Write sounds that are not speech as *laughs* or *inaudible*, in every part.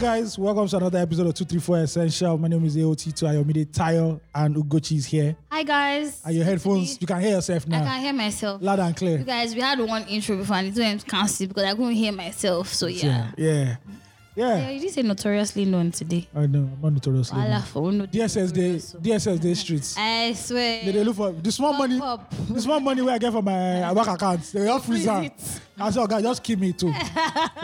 guys, welcome to another episode of 234 Essential. My name is AOT2 Ayomide Tayo, and Ugochi is here. Hi guys. And your headphones, Ah. you can hear yourself I now. can hear myself. Loud and You clear. guys, we had one intro before and it went cancelled because I couldn't hear myself. So yeah. Yeah. Yeah. Yeah, yeah. you did say notoriously known today. I know, I'm not notoriously. Allah known. for no DSS Day, DSS Day *laughs* streets. I swear. They, they look for the small money, up. the small money where I get from my uh, work account. They all freeze out. Freeze I said, "Guy, just keep me *laughs* too."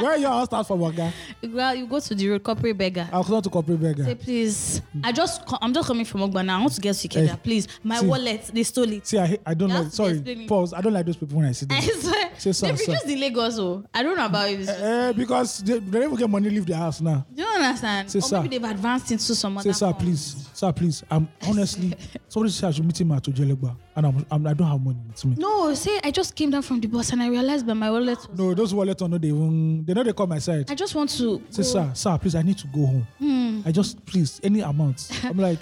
where you all start from, guy? You go, out- you go to the road corporate beggar. I'll come to corporate Say beggar. please. I just co- I'm just coming from Ogbana. I want to get to Ikeda, Eh, please. My see. wallet, they stole it. *laughs* See, I, hate- I don't You like. have to explain Sorry, me. pause. I don't like those people when I *laughs* see them. I swear. Say some, They've some. reduced the Lagos. Oh, I don't know about it. Eh, because they, they don't even get money leave their house now. Do you understand? Say, or sir. maybe they've advanced into some Say, other. sir, form. please, sir, please. I'm honestly somebody said I should meet him at Ojelegba, and I'm, I'm I don't have money with me. No, say I just came down from the bus and I realized that my wallet was No, those wallet on no they even they know they call my side. I Hmm. just want to. Say, sir, sir, please, I need to go home. I just please any *laughs* amount. I'm like,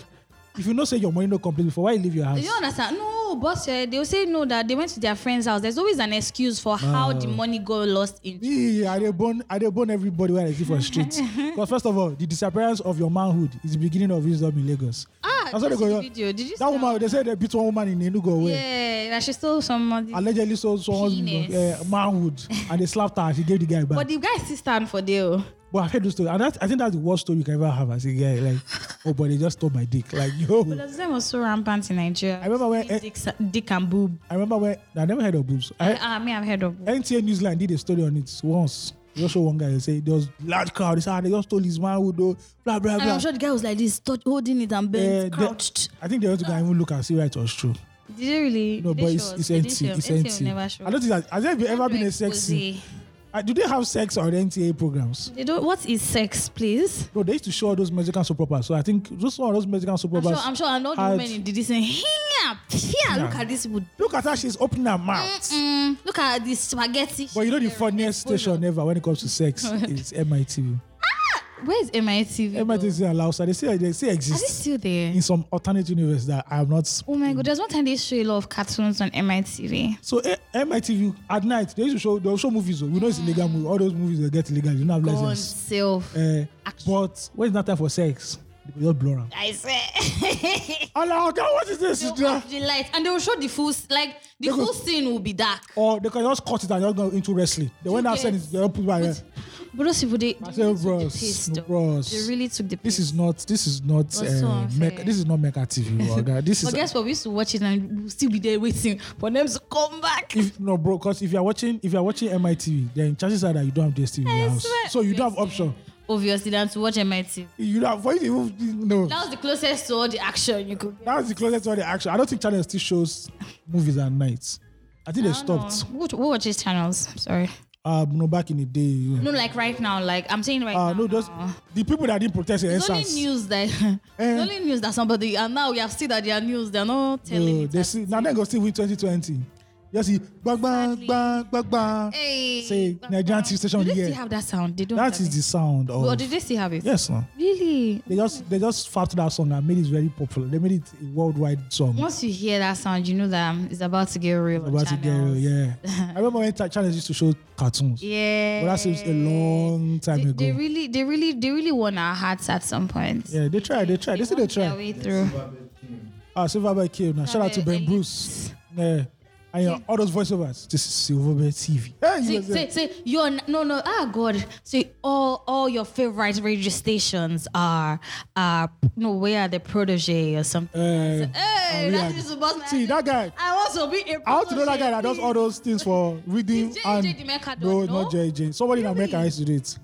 if you not say your money no complete before, why you leave your house? You don't understand? No, boss, eh, they'll say no that they went to their friend's house. There's always an excuse Ah. for how the money got lost in. Yeah, I they burn, I they burn everybody where I see for *laughs* streets. Because first of all, the disappearance of your manhood is the beginning of wisdom in Lagos. Ah, That's what they did you see go- the video. Did you see That woman, they said they beat one woman in Enugu away. Yeah, that she stole some money. allegedly sold someone's Penis. uh, manhood and they slapped her and she gave the guy back. But the guy still stand for oh. deal. but I've heard those stories. And that, I think that's the worst story you can ever have as a guy. *laughs* Like, oh, but they just stole my dick. Like, yo. Because them was so rampant in Nigeria. I remember when- eh, Dick, dick and boob. I remember when, I never heard of boobs. I, Ah, me, I've heard of. NTA Newsline did a story on it once. They just show one guy, they say, there was large crowd. They said, "Ah, they just stole his manhood, oh, blah, blah, And blah. I'm sure the guy was like this, touch, holding it and Eh, bent, the- crouched. I think they want to go and even look and see where it was true. Did they really? No, did but they it's, show us? it's They didn't empty. show us. It's NTA will empty. never show I don't think that, has there ever, ever been a sex scene? Expose. Uh, do they have sex on NTA programs? They don't. What is sex, please? No, they used to show all those Mexican soap operas. So I think just one of those Mexican soap I'm operas. sure, I'm sure. I know the had- women in the this and yeah, yeah. Look at this wood. Look at her, she's opening her mouth. Mm, look at this spaghetti. But you know the funniest station ever when it comes to *laughs* sex is MITV. Where's MITV? MITV is in Lausa. They say they say Are they exist still there? in some alternate universe that I'm not. Oh my god! There's one time they show a lot of cartoons on MITV. So eh, MITV at night they used to show they'll show movies. oh, You know it's illegal movie. All those movies they get illegal. You don't have Ah. God license. self. Uh, but when it's not time for sex, they just blur them. *laughs* I *laughs* swear. Oh no, God, what is this? They'll off the light and they'll show the full s- like They the go- full scene will be dark. Or they can just cut it and just go into wrestling. They went You outside, get- they don't put my. But those people they, they said, really took the "Bros, piss. though. bros, They really took the piss. this is not this is not so uh, Mecca, unfair. this is not Mecca TV, Oga. *laughs* This But is guess what? We used to watch it and we'll still be there waiting for them to come back. if no bro, because if you're watching if you're watching MITV, then chances are that you don't have DSTV in your house, swear- so you don't have option. Obviously, than to watch MIT. You don't have for you to even no. That was the closest to all the action you could. That's the closest to all the action. I don't think channel still shows movies at night. I think they stopped. What, what watches channels? Sorry. Um, no, back in the day. you know. No, like right now. Like I'm saying right Uh, now. no, those now. the people that didn't protest in It's only essence. news that *laughs* Eh. it's only news that somebody and now we have seen that they are news. They're not telling. No, it they as- see now they go still win 2020. You see, bang bang Sadly. bang bang bang. Hey, Say Nigerian TV station Do they here. still have that sound? They don't. That have is it. the sound of. Or did they still have it? Yes, no. Really. They just they just fapped that song and made it very popular. They made it a worldwide song. Once you hear that sound, you know that um, it's about to get real. on about to get real, channels. yeah. I remember when ta- channels used to show cartoons. Yeah. But that seems a long time they, ago. they really, they really, they really won our hearts at some point. yeah, they tried, they tried. They said they won their tried. way through. Ah, Silverbird came now. Shout out to Silverbird Ben Elite. Bruce. Yeah. And yeah, all those voiceovers. This is Silverbird TV. Hey, you Say, guys, yeah. say, say, you're n- no, no. Ah, God. Say all, all your favorite radio stations are, are no, where are the protege or something? Eh, Hey, and we that's are- just about my- See, that guy. I want to be a. I want to know that guy that does protege, all those things for reading Is JJ and the Mecca no, don't know? not JJ. Somebody in America used to do it. please.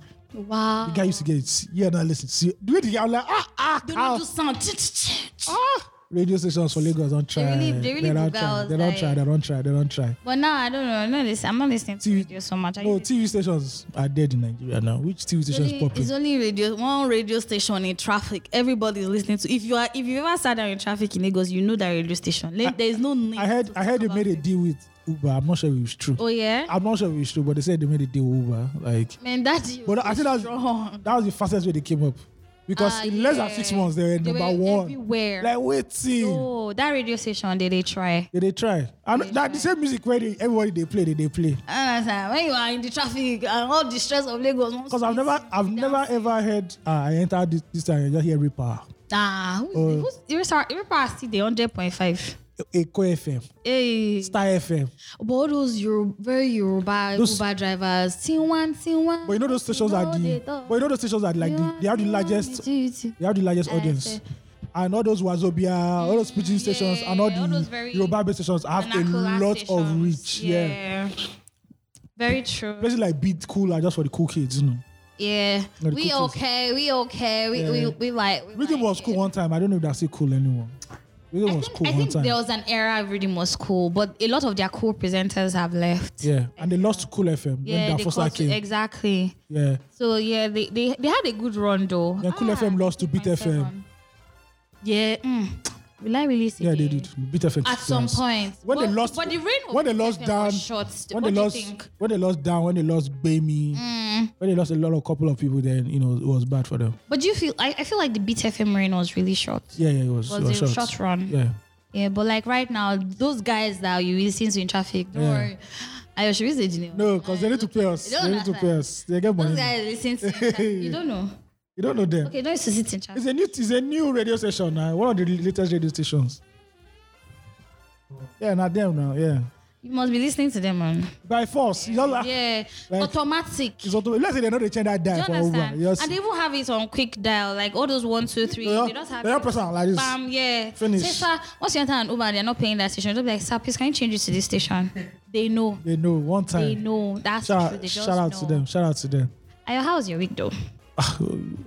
Wow. The guy used to get it. Yeah, now listen. See, do it. I'm like ah ah. They ah. don't do sound. Ah! Radio stations for Lagos don't try. They really- they really don't bug try. us, They don't try. like- They don't try. They don't try. But now I don't know. No, listen, I'm not listening to TV radio so much. I No, used to- TV stations are dead in Nigeria now. Which TV station is only- it's popping? only radio one radio station in traffic. Everybody's listening to. If you are, if you ever sat down in traffic in Lagos, you know that radio station. Like, there is no need. I heard. to I talk heard they about made a it. deal with Uber. I'm not sure if it's true. Oh yeah, I'm not sure if it's true, but they said they made a deal with Uber. Like, man, that deal. but I is think that's strong. that was the fastest way they came up. because Ah, in less than six yeah. months they were They number were one. everywhere. Like waiting. Oh, that radio station did they try? They, they try. And that the same music where they, everybody they play, they, they play. Ah, sir, when you are in the traffic and all the stress of Lagos. wants Because to I've beat never, you I've down. never ever heard. Uh, I entered this, this time. I just hear Ripper, Ah, who's, Oh. who's Iris? Ar- Iris Ar- still the hundred point five. Echo FM, Hey, Star FM. but all those Euro, very Yoruba Those- Uber drivers, T1, T1. But you know those stations are the. But you know those stations are like the, they have the largest. They have the largest audience. And all those Wazobia, all those preaching stations, and all yeah, all those the very Yoruba based stations have a lot of reach. Yeah. Very true. Places like Beat Cool are just for the cool kids, you know. Yeah. No, the we cool kids. okay. We okay. We, Yeah. we, we like. We Rhythm like was it. cool one time. I don't know if that's still cool anymore. Rhythm I was think, cool I one think time. there was an era Rhythm was cool, but a lot of their cool presenters have left. yeah. And they lost to Cool FM Yeah, when they that first caused- came. exactly. yeah. So yeah, they, they they had a good run though. Ah, Then Cool FM lost to Beat 3.7. FM. Yeah, mm. will I release Yeah, they again? did. Beat FM. At some yes. point, When but, they lost, but the rain of when they Beat lost FM down, was short. when what they do you lost, think? Mm. when they lost down, when they lost Bamey, when they lost a lot of couple of people, then you know it was bad for them. But do you feel? I, I feel like the Beat FM rain was really short. Yeah, yeah, it was. Was it was a short. short run. Yeah. Yeah, but like right now, those guys that you listen to in traffic, don't Yeah. worry. I should use the name. No, because they need to pay us. You don't They need to pay understand. us. They get Those money. guys listen to *laughs* in traffic. you don't know. You don't know them. Okay, don't used to sit in traffic. It's a new. It's a new radio station now. One of the latest radio stations. Yeah, not them now. Yeah. You must be listening to them, man. By force. You know, yeah. *laughs* Yeah, Like- automatic. It's auto- let's say they know they change that Do dial you for Uber. understand? Yes. And they even have it on quick dial, like all those one, two, three. Yeah, They just have they it. just press am like this. Bam, yeah. Finish. Say, sir, once you enter an Uber and they're not paying that station, they'll be like, sir, please can you change it to *laughs* this station? they know. They know one They time. know. That's the Shout, truth. They just shout out know. to them. Shout out to them. Ayo, how was your week though? Ah,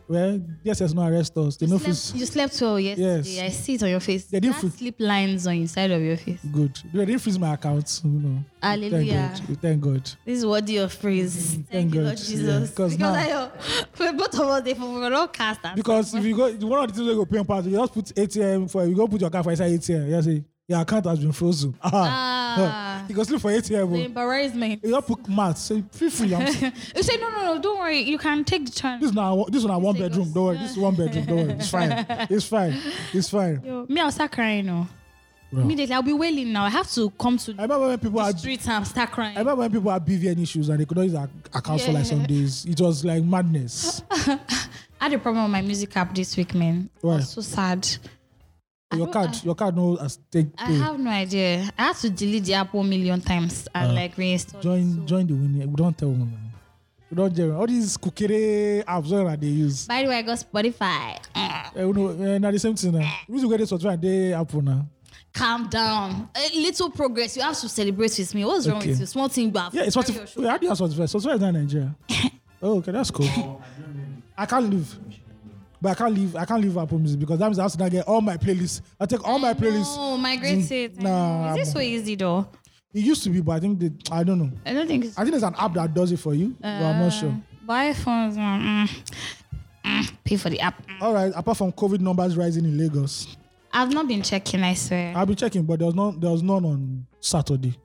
well, yes, there's no arrest us. They know Slept- who's you slept well yesterday. Yes. I see it on your face. They didn't that feel- sleep lines on inside of your face. good. They didn't freeze my account. You know. Hallelujah. Thank God. Thank God. This is worthy of praise. Thank you, Mm, God. Lord Yeah, Jesus. 'cause because now- Ayo, *laughs* for both of us, they for for all cast and- Because if you go, one of the things we go pay on part, you just put ATM for you go put your account for inside ATM. You just say your account has been frozen. *laughs* Ah. you go sleep for ATM. the oh. embarrassment. You just put math. Say feel free. I'm, this *laughs* You say no, no, no. Don't worry. You can take the chance. is now *laughs* this one na one say bedroom. those- Don't worry. This is one bedroom. Don't worry. It's *laughs* fine. It's fine. It's fine. Yo, me, I'll start crying now. Bro. Immediately, I'll be wailing now. I have to come to I remember when people the had. streets and start crying. I remember when people had BVN issues and they could not use their accounts for like some days. It was like madness. I had a problem with my music app this week, man. It Why? was so sad. I your don't- card, your card no as take I pay. have no idea. I had to delete the app one million times and Uh, like reinstall. it. join join the winning. We don't tell women. now. We don't join all these kukere apps wey una dey use. By the way, I got Spotify. Ah, Eh, you know, eh, na the same thing na. Music wey dey subscribe dey apple na. Calm down. A little progress. You have to celebrate with me. What's wrong Okay. with you? Small thing, but Yeah, it's very your Spotify. show. Wait, how do you have Spotify? Spotify is not in *laughs* Nigeria. oh, okay, that's cool. I can't leave. But I can't leave. I can't leave Apple Music because that means I have to now get all my playlists. I take all my playlists. No, migrate it. Nah, Nah, Is this so easy though? It used to be, but I think they, I don't know. I don't think it's. I think there's an app that does it for you, but I'm Uh. not sure. Buy phones. mm, mm, mm, pay for the app. Mm. All right. Apart from COVID numbers rising in Lagos, I've not been checking. I swear. I'll be checking, but there was none. There was none on Saturday.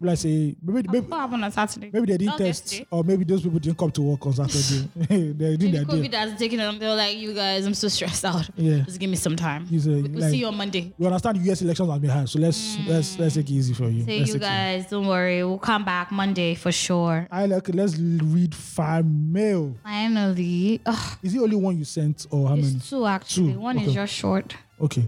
Like say maybe maybe, what happened on Saturday? maybe they didn't Not test, yesterday. or maybe those people didn't come to work on *laughs* Saturday. *laughs* they did Maybe their COVID day. has taken them. They're like, you guys, I'm so stressed out. Yeah. Just give me some time. You say, we'll like- see you on Monday. We understand U.S. elections have been high, so let's let's let's take it easy for you. let's So Hmm. you take it- guys, don't worry. We'll come back Monday for sure. I like. Let's l- read five mail. Finally. Ugh, Is it only one you sent, or how many? it's two actually. Two, One is okay. just short. Okay.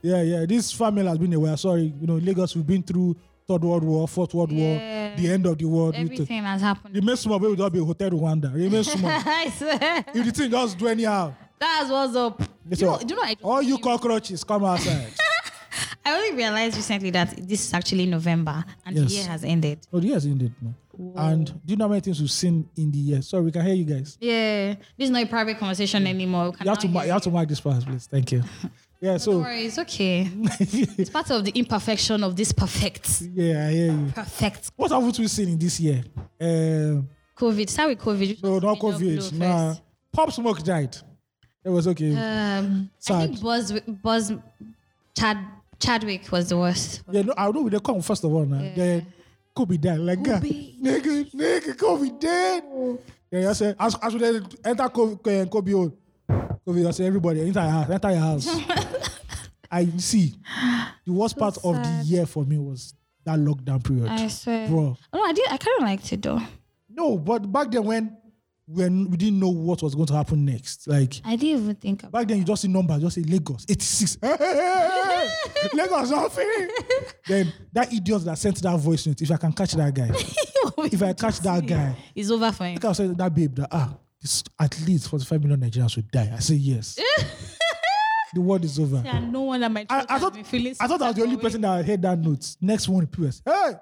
Yeah, yeah. This five mail has been a while. Sorry, you know, Lagos. We've been through third world war, fourth world war, Yeah. the end of the world. We t- Everything has happened. Remain small, but we don't be hotel Rwanda. Remain small. *laughs* I swear. if the thing just do anyhow. That's what's up. Yes, you sir. know, do you know I, just- All you cockroaches, come outside. I only realized recently that this is actually November and Yes. the year has ended. *laughs* oh, yes, indeed. No. And do you know how many things we've seen in the year? Sorry, we can hear you guys. Yeah. This is not a private conversation anymore. We You have, to cannot mark, you have to mark this pass, please. Thank *laughs* you. Yeah, Don't so. worry, it's okay. yeah, *laughs* It's part of the imperfection of this I perfect. hear you. Perfect. What haven't we seen in this year? Um COVID. Start with COVID. no, not Blow COVID. first. Nah. Pop Smoke died. It was okay. Um, I Sad. think Buzz, Buzz, Chad, Chadwick was the worst. yeah, no, I know they come first of all now. Yeah. Then Kobe died. Like, *laughs* God, Kobe. nigga, nigga, Kobe dead. Yeah, I said, as, as we enter Kobe, Kobe, hole, COVID, I say everybody enter your house, enter your *laughs* house. I see. The worst So part of the sad. year for me was that lockdown period, I swear. bro. Oh, No, I did. I kind of liked it though. No, but back then when when we didn't know what was going to happen next, like I didn't even think about. back then you just see numbers, just say Lagos eighty six, *laughs* Lagos nothing. then that idiot that sent that voice note, if I can catch that guy, if I catch that guy, it's over for him. like I said that babe that ah, this, at least forty five million Nigerians will die. I say yes. the world is over. Yeah, no one that might. I, I thought I thought I was the only person that heard that note. Next one, PS. Hey,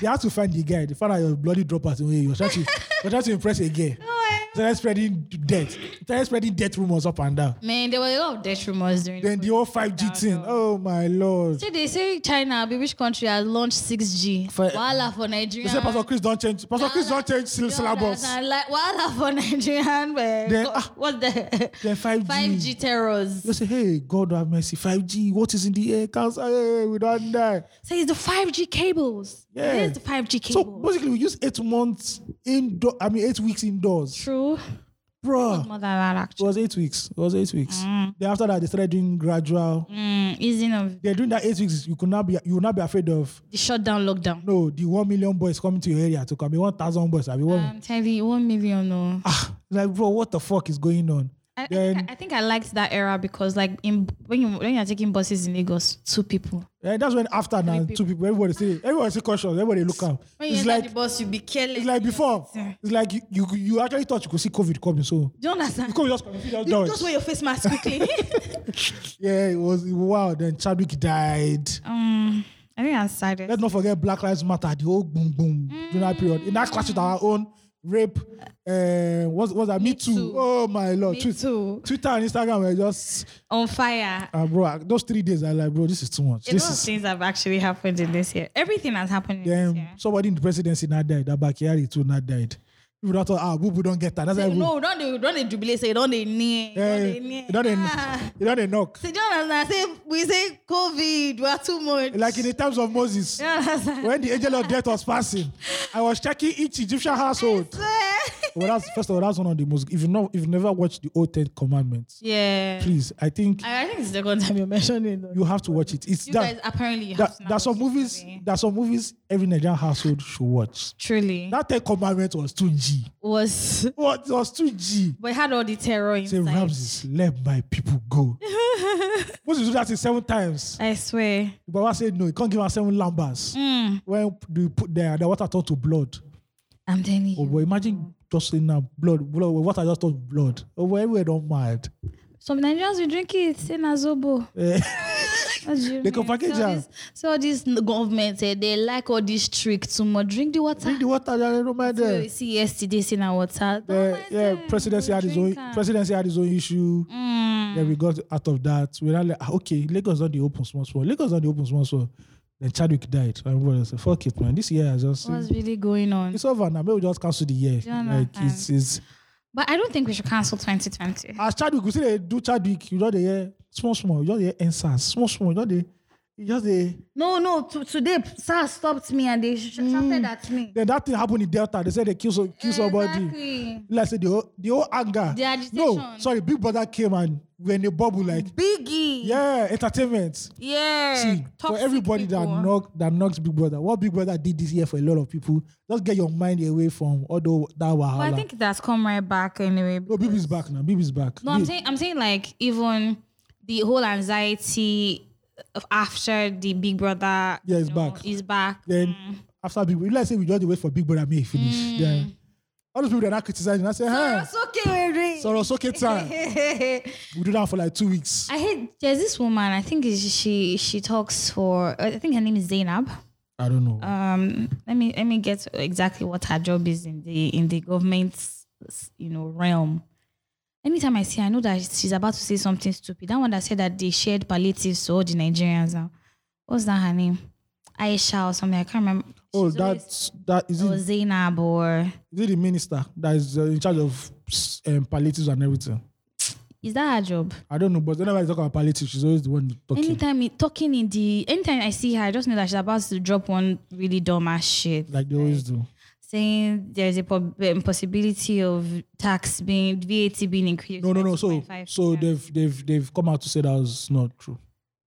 they had to find the guy. They found out your bloody dropout. Hey, You're trying to you're trying to impress a girl. Started spreading death. Started spreading death rumors up and down. Man, there were a lot of death rumors during. Then the whole 5G thing. Oh my lord. See, they say China, abi, which country has launched 6G? For- Wala for Nigeria. They say Pastor Chris don't change. Pastor Chris don't change syl- syllabus. Like, Wala for *laughs* Nigerian. eh, Then, go- ah. What's the Then 5G. 5G terrors? They say, hey, God have mercy. 5G. What is in the air? Cancer. Hey, we don't die. So it's the 5G cables. Yeah. It is the 5G So cables. basically, we use eight months indoor. I mean, eight weeks indoors, True. bruh. More than that It actually. was eight weeks. It was eight weeks. Then after that, they started doing gradual. Mm, easing of They're doing that eight weeks. You could not be. You will not be afraid of. the shutdown, lockdown. No, the one million boys coming to your area to come. One thousand boys. I be one. Um, I'm telling you, one million. No. ah, like bro, what the fuck is going on? I, I then think I, I think I liked that era because, like, in when you when you're taking buses in Lagos, two people. eh, that's when after now two people. Everybody say. Everybody say cautious. Everybody look out. When you It's enter like. the bus, you be careless. It's like before. It's like you, you you actually thought you could see COVID coming. So Do you understand? COVID just coming. Just, You dodge. just wear your face mask quickly. *laughs* yeah, it was wow. Then Chadwick died. Um, I think I decided. Let's not forget Black Lives Matter, the whole boom boom during that period. In that clash with our own rape, uh, what's what's that? Me, too. Too. Oh my lord. Me Twi- too. Twitter and Instagram were just On fire. uh, bro. I- Those three days, I like, bro, this is too much. A this lot of is things have actually happened in this year. Everything has happened in this *laughs* then year. somebody in the presidency not died. That Bakari too not died. People don't thought, ah, Bubu don't get that. That's Say, why Bubu- no, don't they, don't they jubilate? Say, don't they near? Eh, near? you don't dey- Ah. you don't dey knock. Say, do you understand? Say, we say COVID, we are too much. Like in the times of *laughs* Moses, Do you understand? when the angel of death was passing, I was checking each Egyptian household. *laughs* Well, that's first of all, that's one of the most. If you know, if you never watched the old Ten Commandments, yeah. please, I think I, I think it's the second time you're mentioning it. You, you have to watch it. It's you that, guys apparently you that have to now there's some watch this movies. movie. There's some movies every Nigerian household should watch. Truly. That Ten Commandments was two G. was What it was two G? *laughs* But it had all the terror Say inside. Ramses, let my people *laughs* go. Moses do that in seven times. I swear. Hmm. The Baba said no. He can't give us seven lambas. When they put the, the water turned to blood. I'm telling you. Oh boy, imagine just in now blood, blood. Water just turned blood. Oh boy, everywhere don't mind. Some Nigerians will drink it, say *laughs* na zobo. Eh. What do you They can mean? package so all am. this, so all this government say they like all this trick too much. Drink the water. Drink the water, they don't mind So them. you see yesterday, see na water. Don't Uh, mind yeah, them, presidency go had his own drink am. presidency had his own issue. Mm. Then we got out of that. We're not like, ah, okay, Lagos on the open small small. Lagos on the open small small. Then Chadwick died. And everybody said, fuck it, man. This year I just What's really going on? it's over now. Maybe we just cancel the year. Yeah, no, like it's it's But I don't think we should cancel 2020. as Chadwick, we say they do Chadwick, you know the year small small, you know the answers, small small, you know the you just the No, no. To, today, SARS stopped me and they sh- shouted at me. then that thing happened in Delta. They said they kill so kill somebody. Exactly. Like I said the whole the whole anger. The agitation. no, sorry, Big Brother came and we're in a bubble like Biggie. yeah, entertainment. Yeah. See, for Toxic everybody that people. knock that knocks Big Brother, what Big Brother did this year for a lot of people, just get your mind away from all the, that wahala. But I think that's come right back anyway. no, Bibi's back now. Bibi's back. No, I'm Bibi- saying I'm saying like even the whole anxiety of after the Big Brother. Yeah, you it's know, back. Is back. then Mm. after Big, let's say we just dey wait for Big Brother may he finish. Then all those people that are not criticizing, I say, hey, That's *laughs* okay, Ray. so it's okay time. we do that for like two weeks. *laughs* I hate. There's this woman. I think is- she she talks for. I think her name is Zainab. I, don't know. Um, let me let me get exactly what her job is in the in the government's you know realm. Anytime I see, her, I know that she's about to say something stupid. That one that said that they shared palliatives to all the Nigerians now. What's that her name? Aisha or something. I can't remember. oh, She's always- that's that is it, or is Zainab or it the minister that is uh, in charge of um, palliatives and everything. is that her job? I don't know, but whenever I talk about palliatives, she's always the one talking. Anytime it, talking in the anytime I see her, I just know that she's about to drop one really dumb ass shit. Like they always do. saying there's a prob- um, possibility of tax being VAT being increased. No, by no, no. So, 2.5%. so they've they've they've come out to say that was not true.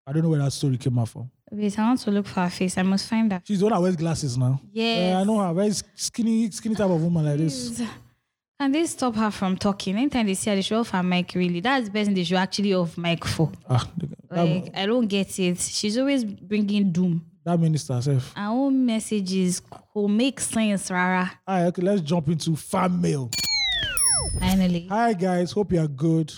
I don't know where that story came out from. Wait, I want to look for her face. I must find her. She's the one that wears glasses now. Yes. Eh, I know her. Very skinny, skinny type of woman like this. Can they stop her from talking? Anytime they see her, they should off her mic, really. That's the best thing they should actually off mic for. Ah, the- Like, that, I don't get it. She's always bringing doom. that minister herself. Our own messages will make sense, Rara. All right, okay, let's jump into fan mail. Finally. Hi guys, hope you are good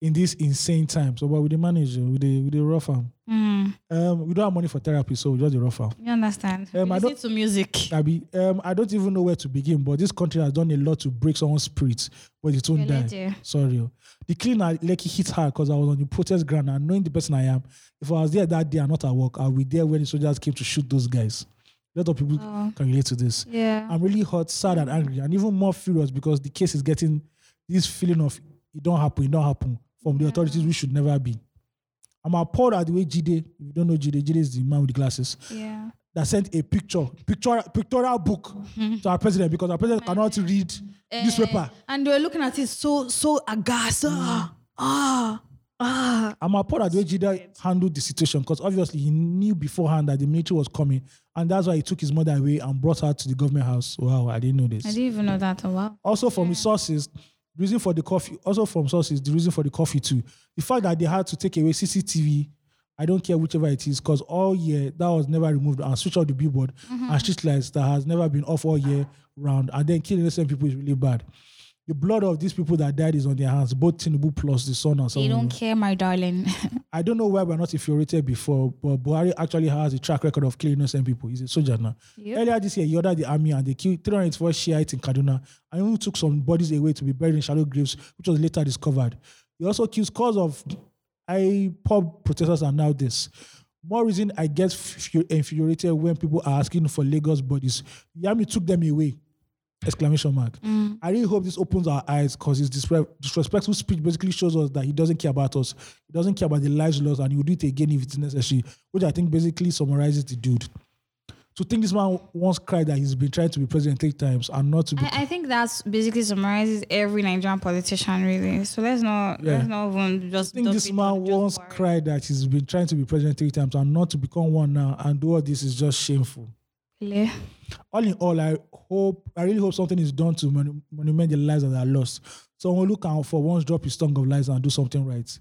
in these insane times. So, but with the manager, with the with the rough arm. Mm, Um, we don't have money for therapy, so we just the rough arm. you understand? Um, I Listen don't. to music. Abi, um, I don't even know where to begin, but this country has done a lot to break someone's spirit, but it won't die. Eleje. Sorry. oh. The cleaner like hit hard because I was on the protest ground and knowing the person I am. If I was there that day and not at work, I'll be there when the soldiers came to shoot those guys. A lot of people Oh. can relate to this. Yeah. I'm really hot, sad, and angry, and even more furious because the case is getting this feeling of it don't happen, it don't happen from the authorities we should never be. I'm appalled at the way Jide, if you don't know Jide, Jide is the man with the glasses, yeah. that sent a picture, picture pictorial book to our president because our president cannot read newspaper. And they were looking at it so so aghast. Ah, Mm. ah, ah. I'm appalled at the way Jide handled the situation because obviously he knew beforehand that the military was coming, and that's why he took his mother away and brought her to the government house. Wow, I didn't know this. I didn't even know that. Oh, wow. also from resources the reason for the coffee also from sources the reason for the coffee too the fact that they had to take away cctv i don't care whichever it is because all year that was never removed and switch off the billboard Mm-hmm. and street lights that has never been off all year round and then killing innocent people is really bad the blood of these people that died is on their hands both tinubu plus the son and They someone don't care, my darling. *laughs* I don't know why we're not infuriated before, but Buhari actually has a track record of killing innocent people. He's a soldier now. Yep. Earlier this year, he ordered the army and they killed 384 Shiites in Kaduna and even took some bodies away to be buried in shallow graves, which was later discovered. He also accused scores of IPOB protesters are now this. More reason I get fu- infuriated when people are asking for Lagos bodies. The army took them away. Exclamation mark. Mm. I really hope this opens our eyes because his disre- disrespectful speech basically shows us that he doesn't care about us. He doesn't care about the lives lost and he will do it again if it's necessary, which I think basically summarizes the dude. To think this man once cried that he's been trying to be president eight times and not to be. I, I think that's basically summarizes every Nigerian politician, really. So let's not Yeah. let's not even just. I think dump this it man on just once Buhari. cried that he's been trying to be president three times and not to become one now, and all this is just shameful. Really? all in all, I hope, I really hope something is done to monu- monument the lives that are lost. Someone look out for once drop his tongue of lies and do something right.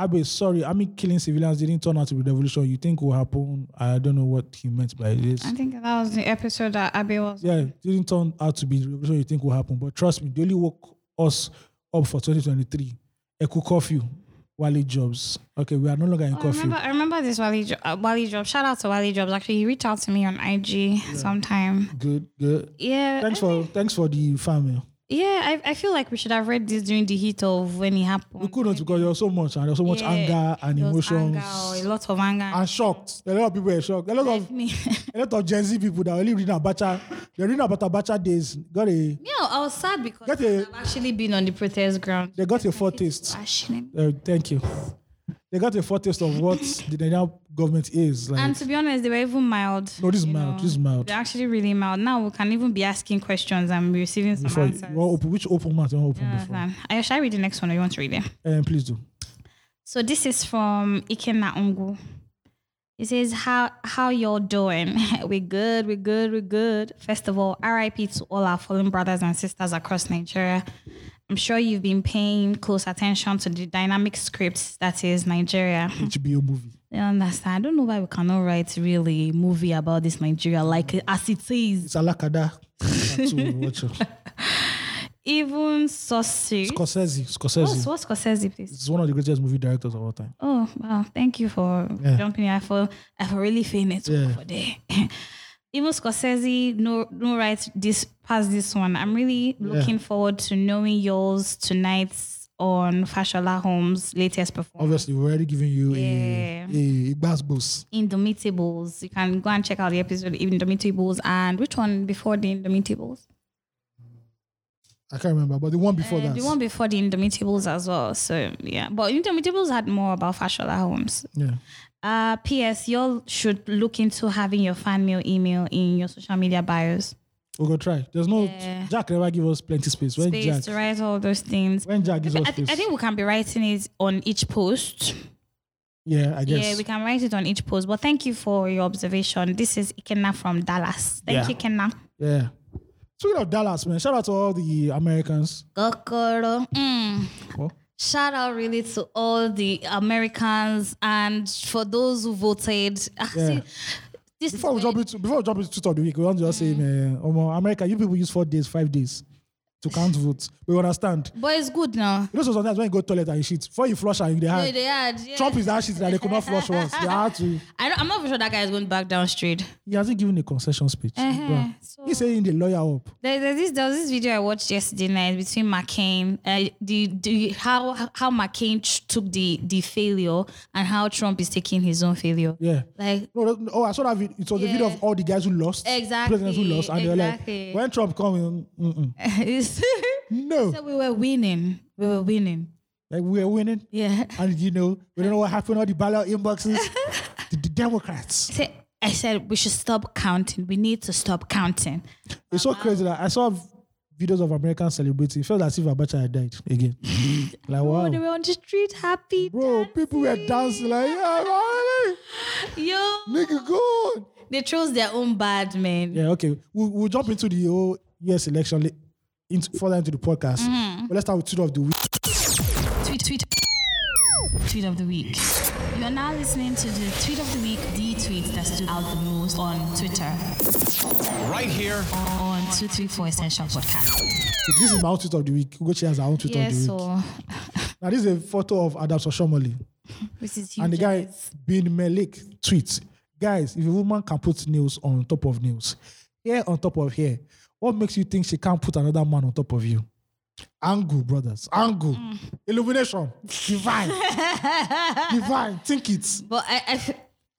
Abe, sorry, I mean, killing civilians didn't turn out to be revolution. You think will happen? I don't know what he meant by this. I think that was the episode that Abe was. Yeah, didn't turn out to be the revolution you think will happen. But trust me, they only woke us up for 2023. Echo curfew, Wally jobs. Okay, we are no longer in Oh, I curfew. remember, I remember this Wally, Jo- uh, Wally Job. Shout out to Wally Jobs. Actually, he reached out to me on IG sometime. Good, good. Yeah, Thanks for thanks for the family. yeah. I, I feel like we should have read this during the heat of when it happened. We couldn't because there was so much and there was so much Yeah, anger and There was emotions. anger, oh, a lot of anger. and shocked. A lot of people were shocked. A lot of me, *laughs* a lot of Gen Z people that were only reading about Abacha, they're reading about Abacha days. Got a yeah, I was sad because Get a- I've actually been on the protest ground. they got a foretaste. Actually. Uh, thank you. They got a foretaste of what the Nigerian government is like. And to be honest, they were even mild. no, this is you mild. know. This is mild. They're actually really mild. Now we can even be asking questions and receiving some Before answers. you want open, which open mouth you want open before? Understand? Uh, Shall I read the next one or you want to read it? Um, please do. So this is from Ikenna Ungu. It says, How how y'all doing? *laughs* we're good, we're good, we're good. First of all, RIP to all our fallen brothers and sisters across Nigeria. I'm sure you've been paying close attention to the dynamic scripts that is Nigeria. HBO movie. You understand? I don't know why we cannot write really a movie about this Nigeria like as it is. It's Alakada. *laughs* Tattoo, watch it. Even Saucy. Scorsese. What's, Scorsese. what's Scorsese, please? It's one of the greatest movie directors of all time. Oh wow! Thank you for Yeah. jumping in. I for I for really fainted Yeah. for there. *laughs* Even Scorsese, no no right this past this one. I'm really looking forward to knowing yours tonight on Fashola Holmes' latest performance. Obviously, we're already giving you Yeah. a, a, a bass boost. Indomitables. You can go and check out the episode Indomitables and which one before the Indomitables? I can't remember, but the one before Uh, that. the one before the Indomitables as well. So yeah, but Indomitables had more about Fashola Holmes. yeah. Uh, P.S. Y'all should look into having your fan mail email in your social media bios. We go try. There's no Yeah. Jack never give us plenty space. When space Jack to write all those things. when Jack gives us I, space, I think we can be writing it on each post. yeah, I guess. Yeah, we can write it on each post. But thank you for your observation. This is Ikenna from Dallas. Yeah. Thank you, Ikenna. yeah. Speaking of Dallas, man, shout out to all the Americans. Kokoro. Mm. What? Shout out really to all the Americans and for those who voted. Ah, Yeah. see, this Before we is jump into before we jump into tweet of the week, we want to Mm. just say, man, Omo, America, you people use four days, five days to *laughs* count votes. We understand. but it's good now. You know, so sometimes when you go toilet and you shit, before you flush and they No, had they had, yeah. Ah. Trump is that shit that they could not flush once. They had to. *laughs* I don't, I'm not even sure that guy is going back down straight. He hasn't given a concession speech. Uh-huh. So- He's saying the lawyer up. There, there's this, there was this video I watched yesterday night between McCain, uh, the, the, how how McCain ch- took the the failure and how Trump is taking his own failure. Yeah. Like *laughs* No, that- oh, I saw that video. It was a video Yeah. of all the guys who lost, Exactly, presidents who lost, and they're exactly. like, when Trump comes, mm-mm. it's- *laughs* no, so we were winning, we were winning. like we're winning, Yeah. and you know we don't know what happened. All the ballot *laughs* inboxes, the, the I Democrats. said, I said we should stop counting. We need to stop counting. It's Uh-huh. so crazy that I saw videos of Americans celebrating. It felt as if Abacha had died *laughs* again. like Oh, they wow, were on the street happy. bro, dancing. people were dancing like yeah, man, Yo, nigga, good. they chose their own bad man. Yeah, okay. We'll, we'll jump into the whole U.S. election li- into, further into the podcast. Mm-hmm. But let's start with two of the week. Tweet, tweet. Tweet of the week. You are now listening to the tweet of the week, the tweet that stood out the most on Twitter right here. on 234 Essential Podcast. So this is my outfit of the week. Ugochi has her own tweet of Yes, the week. so Now, this is a photo of Adam Soshomoli. this is huge. And the guy, Bin Malik, tweets Guys, if a woman can put nails on top of nails, hair on top of hair, what makes you think she can't put another man on top of you? Angle, brothers. Angle. Mm. Illumination. Divine. *laughs* Divine. Think it. But I, I *laughs* f-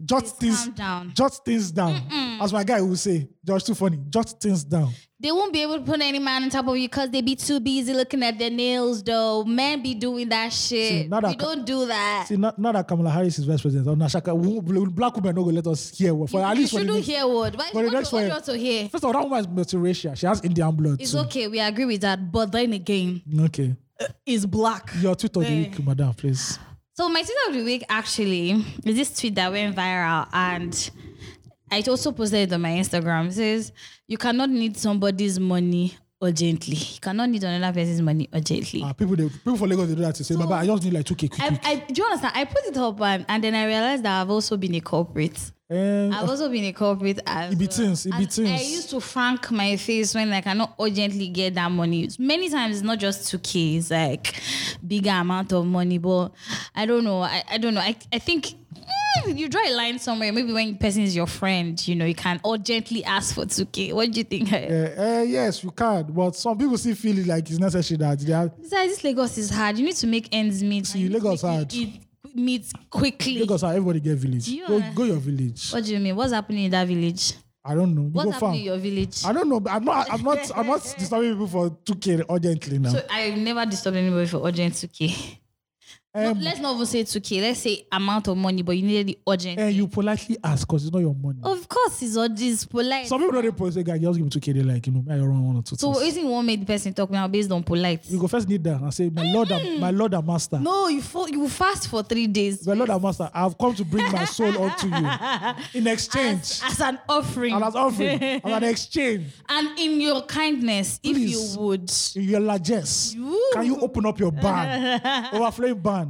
Jot things calm down. Jot things down. As my guy will say, George, too funny. Jot things down. they won't be able to put any man on top of you because they be too busy looking at their nails, though. Men be doing that shit. See, now that we ca- don't do that. See, now, now that Kamala Harris is vice president, or Nashaka, we won't- black women no go let us hear. For, at you least for the shouldn't next- hear word. Why for what the do next what do you one- want to hear? First of all, that woman is multiracial. She has Indian blood. It's too. okay. We agree with that. But then again, Okay. it's black. Your tweet Eh. of the week, madam, please. So my tweet of the week actually is this tweet that went viral and I also posted it on my Instagram. It says, You cannot need somebody's money urgently. You cannot need another person's money urgently. Ah, people, they, people for Lagos, they do that. They say, Baba, I just need like 2K quick. I, quick." I, do you understand? I put it up and, and then I realized that I've also been a culprit. Eh, I've also been a culprit as It be well. things, it be And I things. used to frank my face when I cannot urgently get that money. Many times it's not just two K, it's like bigger amount of money. But I don't know. I, I don't know. I, I think mm, you draw a line somewhere. Maybe when person is your friend, you know, you can urgently ask for two K. What do you think? eh, eh, yes, you can. But some people still feel it like it's necessary that they are. Besides, this Lagos is hard. You need to make ends meet. See, You need to Lagos make hard. It, it meet quickly. Lagos, ah, everybody get village. you Go, understand? go your village. What do you mean? What's happening in that village? I don't know. You What's go happening farm. in your village? I don't know. But I'm not. I'm not. I'm *laughs* not disturbing people for 2K urgently now. So I never disturbed anybody for urgent 2K. No, um, let's not even say 2K. Let's say amount of money, but you needed the urgent. and Eh, you politely ask because it's not your money. of course, it's all this polite. Some people don't even say, guy, just give me 2K. They like, you know, I run one or two. so things." isn't what made the person talk now based on polite? you go first need that and say, my lord, and, my lord and master. Mm. No, you fo- you fast for three days My lord and master, I've come to bring my *laughs* soul unto you in exchange. as an offering and as offering, as an exchange, *laughs* and in your kindness, if Please. you would. in your largesse, can you open up your barn, *laughs* overflowing barn,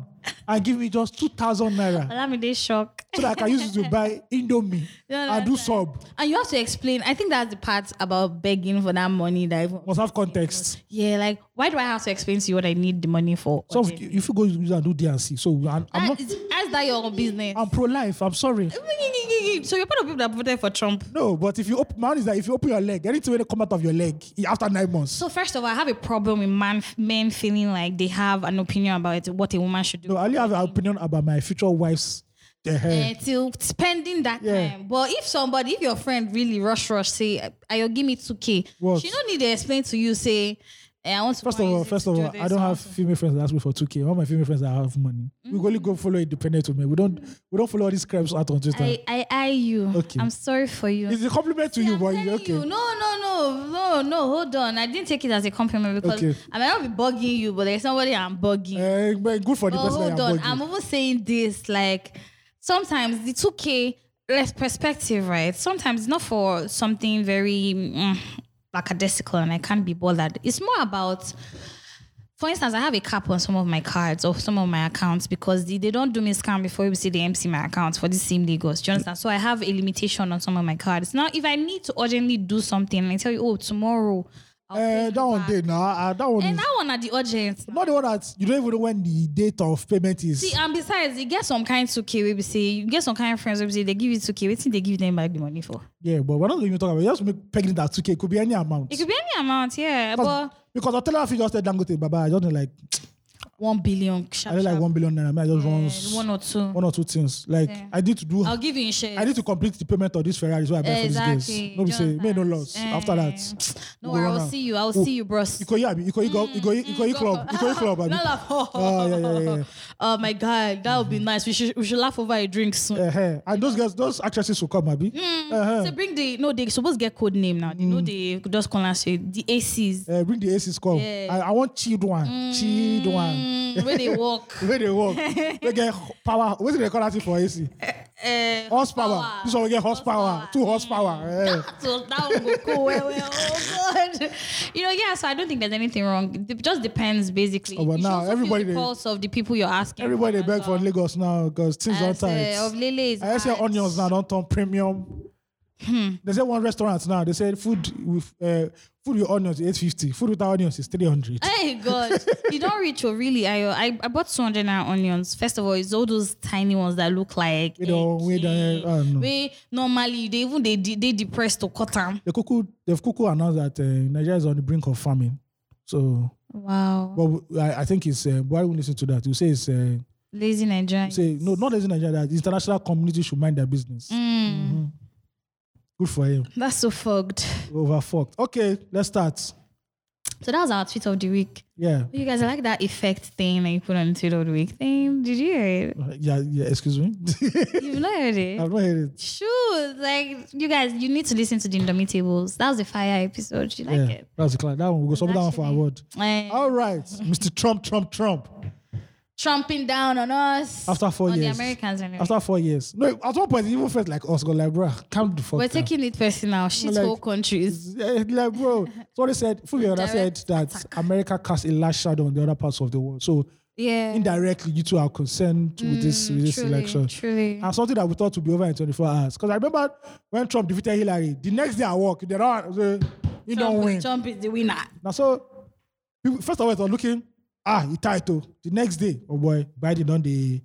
and give me just 2,000 naira Allow me this shock. so that I can use it to buy Indomie and do sub? And you have to explain. I think that's the part about begging for that money that even, Must have context. yeah, like why do I have to explain to you what I need the money for? So urgently? if you go use and do DNC, so I'm, I'm That not, is- that's that your own business. I'm pro life, I'm sorry. So you're part of people that voted for Trump. No, but if you open, man, is that if you open your leg, anything will come out of your leg after nine months. So first of all, I have a problem with man, men feeling like they have an opinion about what a woman should do. No, I only have an opinion about my future wife's the hair. Mm. Eh, till spending that Yeah. time. But if somebody, if your friend really rush rush say, "I'll give me two k," What? she don't need to explain to you say, eh, "I want to." First of marry all, you first to of do all, I this." don't have female friends that ask me for 2K. All my female friends that have money. We only go follow independent women. We don't we don't follow all these crabs out on Twitter. Mm. I I eye you. Okay. I'm sorry for you. it's a compliment to you, I'm but telling okay. you, no, no, no, no. No, no, hold on. I didn't take it as a compliment because Okay. I might not be bugging you, but there's somebody I'm bugging. Eh, but good for the but person that hold you're on. bugging. I'm even saying this like sometimes the 2K less perspective, right? Sometimes not for something very mm, lackadaisical and I can't be bothered. It's more about for instance, I have a cap on some of my cards or some of my accounts because they, they don't do me scam before you see the MC my accounts for the same Lagos. Do you understand? So I have a limitation on some of my cards. Now, if I need to urgently do something and I tell you, oh, tomorrow, I'll pay Eh, you that one back." did now. Uh, that one And is that one at the urgent. not the one that you don't even know when the date of payment is. See, and besides, you get some kind 2K, we be say, you get some kind of friends, we be say, they give you 2K, wait till they give them back the money for. yeah, but we're not even talking about just make pegging that 2K. It could be any amount. It could be any amount, yeah, because, but because I'll tell her if you just said Dangote, Baba, I just need like, one billion. I Sharp, need like sharp, one billion naira. may I just want eh, one or two. one or two things. Like, Yeah. I need to do, I'll give you in shares. I need to complete the payment of this Ferrari so I buy for these Exactly. days. No, be say, Jonathan. may no loss. After that, Eh, Mm, No, we go I run will out. see you. I will Oh, see you, bros. you go, yeah, you go, you go, you go, you go, you club, you go, *laughs* you club. abi. No laugh. Ah, yeah, Mm-hmm. yeah, yeah, yeah. *laughs* Oh my god, that would be nice. We should we should laugh over a drink soon. Eh-heh. Eh, And those girls, those actresses will come, Abby. Mm. Uh-huh. Mm. So bring the no, they supposed to get code name now. You know they just call us eh, the ACs. Eh, bring the aces come. Yeah. I, I want chilled one, chilled one. Mm, where they *laughs* walk. The way they work, they *laughs* get power. What do they call that for AC? Eh, Horsepower. power. This one will get horsepower. Two horsepower. Eh. So that one go cool well, well. Oh god. You know, yeah, so I don't think there's anything wrong. It just depends basically. Oh, but You should now also feel everybody the they- pulse of the people you're asking. Everybody for as beg for well. Lagos now because things I don't say, tight. Of Lele is I say hard. onions now don't turn premium. They say one restaurant now. They say food with uh, food with onions is eight fifty. Food without onions is three hundred. Hey God, *laughs* you don't reach oh really. I I, I bought two hundred naira onions. First of all, it's all those tiny ones that look like eh, We don't- we don't- I don't know. we normally they even they de- they depressed to cut them. The cuckoo, the cuckoo announced that uh, Nigeria is on the brink of famine. So, Wow, but I, I think it's uh, why we listen to that. You say it's uh, lazy Nigerian. say no, not as in Nigeria. That the international community should mind their business. Mm-hmm. Good for him. That's so fogged. Overfucked. Okay, let's start. So that was our tweet of the week. Yeah, You guys, I like that effect thing that you put on the tweet of the week thing. Did you *laughs* hear it? Uh, yeah, yeah. Excuse me. You've not heard it. I've not heard it. Shoot, like you guys, you need to listen to the Indomitables. That was the fire episode. You like yeah, it? that's the class. That one we go submit that one for actually- award. Eh, All right, *laughs* Mr. Trump, Trump, Trump. trumping down on us After four on years. the Americans. Anyway. After four years, no, at one point it even felt like us. Go like, bro, calm the fuck We're down. taking it personal. Shit, Like- whole countries. Eh, like, *laughs* bro, somebody said, Fulvio said that America cast a large shadow on the other parts of the world. So Yeah. Mm, indirectly, you two are concerned with this with this truly, election. Truly. And something that we thought would be over in 24 hours. Because I remember when Trump defeated Hillary, the next day I walk, they don't, they, you don't win. Trump is the winner. Now, so people, first of all, they're looking, ah, he tied too. The next day, oh boy, Biden done the.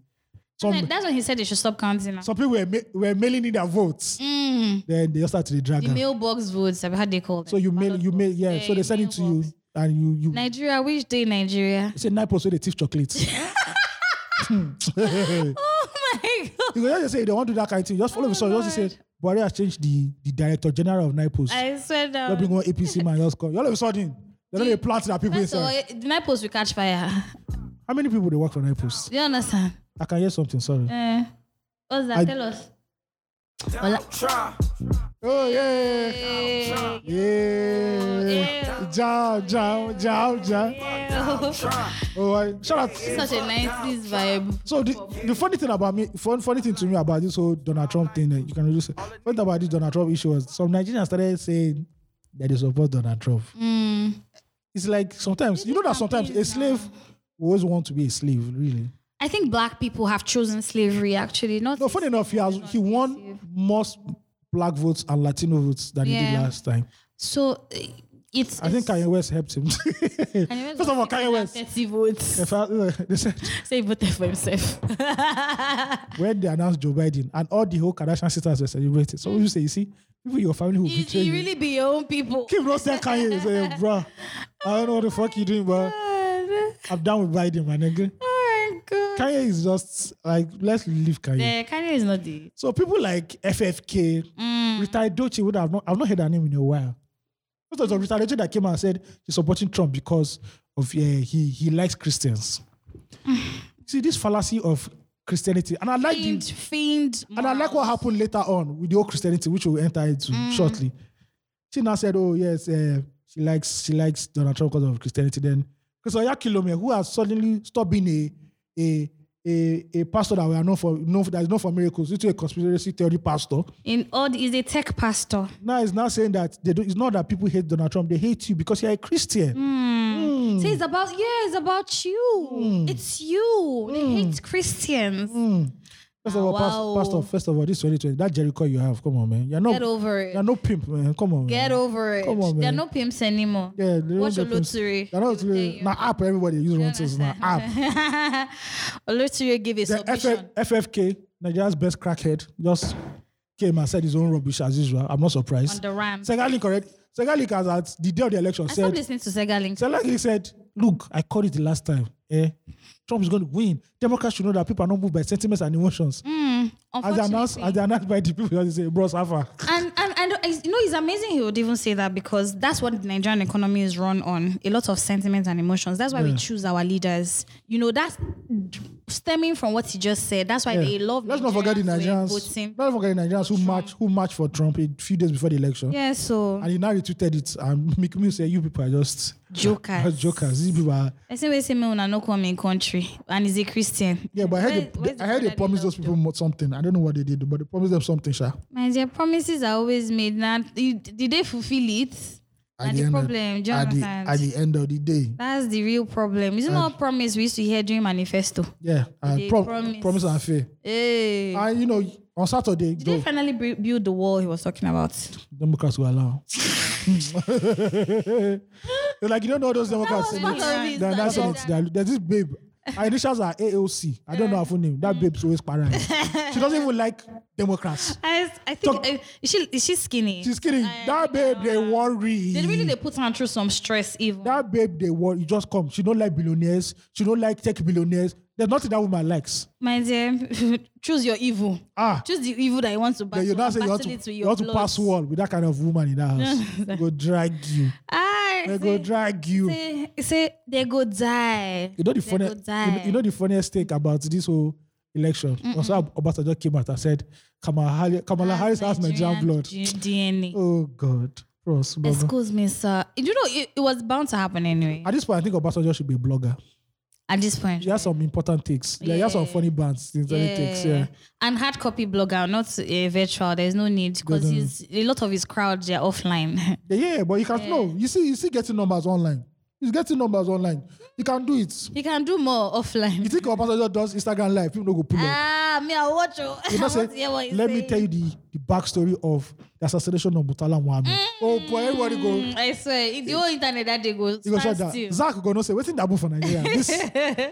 Some, Like, That's when he said they should stop counting. now. some people were, ma- were mailing in their votes. Mm. Then they just started to drag The am. mailbox votes. I've had they called. So you mail, you mail, yeah. so they send it to you, and you you Nigeria, which day Nigeria? *laughs* say nine percent they thief chocolate. *laughs* you Oh my god. go just say they want to do that kind of thing. Just Oh follow the story. Just say Buhari has changed the the director general of Nipos. I swear They bring down. one APC man just come. All of a sudden, they *laughs* don't even plant that people First of all, inside. eh, the night post will catch fire. How many people they work for Nipos? Do you understand? I can hear something. Sorry. Eh, what's that? I- Tell us. Oh yeah, Eh, yeah, yeah. jam, jam, jam, jam. Oh, I, shout out. Such a 90s vibe. So the, the funny thing about me, fun, funny thing to me about this whole Donald Trump thing, eh, you can really say, funny thing about this Donald Trump issue was some Nigerians started saying that they support Donald Trump. Hmm. It's like sometimes you know that sometimes a slave will always want to be a slave, really. I think black people have chosen slavery actually. Not No, funny enough, he has he won more black votes and Latino votes than he did Yeah. last time. so eh, it's I think it's- Kanye West helped him. *laughs* First of all, Kanye West. 30 votes. In fact, uh, They said *laughs* Say he voted for himself. *laughs* when they announced Joe Biden and all the whole Kardashian sisters were celebrating. So you say, you see, people in your family who you, betray you. you really be your own people. Kim not saying Kanye is saying, bruh, I don't know what the fuck you doing, but God. I'm down with Biden, my nigga. Oh my god. Kanye is just like, let's leave Kanye. Eh, Kanye is not the hmm, So people like FFK, Mm. retired Dochi would have not, I've not heard her name in a while. Most of the retired Dochi that came out and said she's supporting Trump because of uh, he he likes Christians. See this fallacy of Christianity, and I like the, fiend. Fiend. and I like what Mm. happened later on with the whole Christianity, which we'll enter into shortly. She now said, "Oh yes, uh, she likes she likes Donald Trump because of Christianity. Then Chris Oyakilome, who has suddenly stopped being a a a, a pastor that we are known for known for, that is known for miracles into a conspiracy theory pastor. In old is a tech pastor. Now it's not saying that they do, it's not that people hate Donald Trump; they hate you because you're a Christian. Mm. So Mm. it's about yeah, it's about you. It's you. They Mm. hate Christians. Hmm. First of all, pas- Ah, Wow. pastor, first of all, this 2020, that Jericho you have, come on, man, you're not Get over it. you're no pimp, man, come on, Get man. over it. Come on, there are man. no pimps anymore. Yeah, they Watch don't get pimps. Olotiri. They're not Olotiri. Now app everybody use one thing. Now app. *laughs* Olotiri gave a The submission. F- FFK, Nigeria's best crackhead, just came and said his own rubbish as usual. I'm not on surprised. the ram. Segalik correct. Segalik has at the day of the election I said stopped listening to Segalink. Segalik said, Look, I called it the last time. Eh? Trump is going to win. Democrats should know that people are not moved by sentiments and emotions. Mm, as, they announced, as Unfortunately. they announced by the people, they say, Bro, suffer. And, and, and it's- you know, it's amazing he would even say that because that's what the Nigerian economy is run on a lot of sentiments and emotions. That's why we choose our leaders. You know, that's stemming from what he just said. That's why they Yeah. love Let's not forget the Nigerians. Let's not forget the Nigerians who march who marched for Trump a few days before the election. Yeah, so And he now retweeted it and *laughs* make me say, You people are just are *laughs* jokers. jokers. These people are I say we say me una no come in country and he's a Christian. Yeah, but I heard, Where- where's they, the I heard brother they they promised those love people mo- something. I don't know what they did, but they promised them something, Sha. My dear, promises are always made. Now, you- did they fulfill it? At That's the end of- problem, at the, Jonathan. at the end of the day, That's the real problem. Isn't what promise we used to hear during manifesto? yeah, and They prom- promised. promise and fear. Hey. And you know, on Saturday, Did they though, finally bu- build the wall he was talking about? Democrats will *laughs* allow. *laughs* They're like, you don't know those Democrats. was part of his They're not saying it. They're- There's this *laughs* babe. Her initials are AOC. I don't know her full name. Mm. That babe's always *laughs* paranoid. she doesn't even like Democrats. I, I think Talk- uh, is she is she skinny? She's kidding. that babe, they worry. they really they put her through some stress even. that babe they want you just come she don't like billionaires she don't like tech billionaires there's nothing that woman likes My dear, *laughs* choose your evil. ah Choose the evil that you want to battle. then you now and say you want battle to, it with you your want to blood. pass wall with that kind of woman in *laughs* that house they go drag you Ah, they go drag you say, say they go die. you know the They funny go you, know- die. you know the funniest thing about this whole election also Ab- Obasanjo came out and said Kamala, Harri- Kamala Harris has Nigerian blood G- DNA. oh god Ross, Baba. Excuse me, sir. You know it, it was bound to happen anyway. at this point I think Obasanjo should be a blogger At this point. he has some important takes yeah. he has some funny bands things yeah. takes yeah And hard copy blogger, not uh, virtual. There's no need because no. he's a lot of his crowd they're offline. *laughs* Yeah, Yeah, but you can no. You see, you see, getting numbers online. He's getting numbers online. You can do it. you can do more offline. You think our pastor does Instagram live? People don't go pull up. Ah, me, *laughs* I watch you. You know, say, let me tell you the, the backstory of the assassination of Mutala Mohammed. Mm. Oh boy, everybody go. You I swear, in the whole internet that they go, go stand shut down. still. Zach go no say, waiting that move for Nigeria. *laughs* This,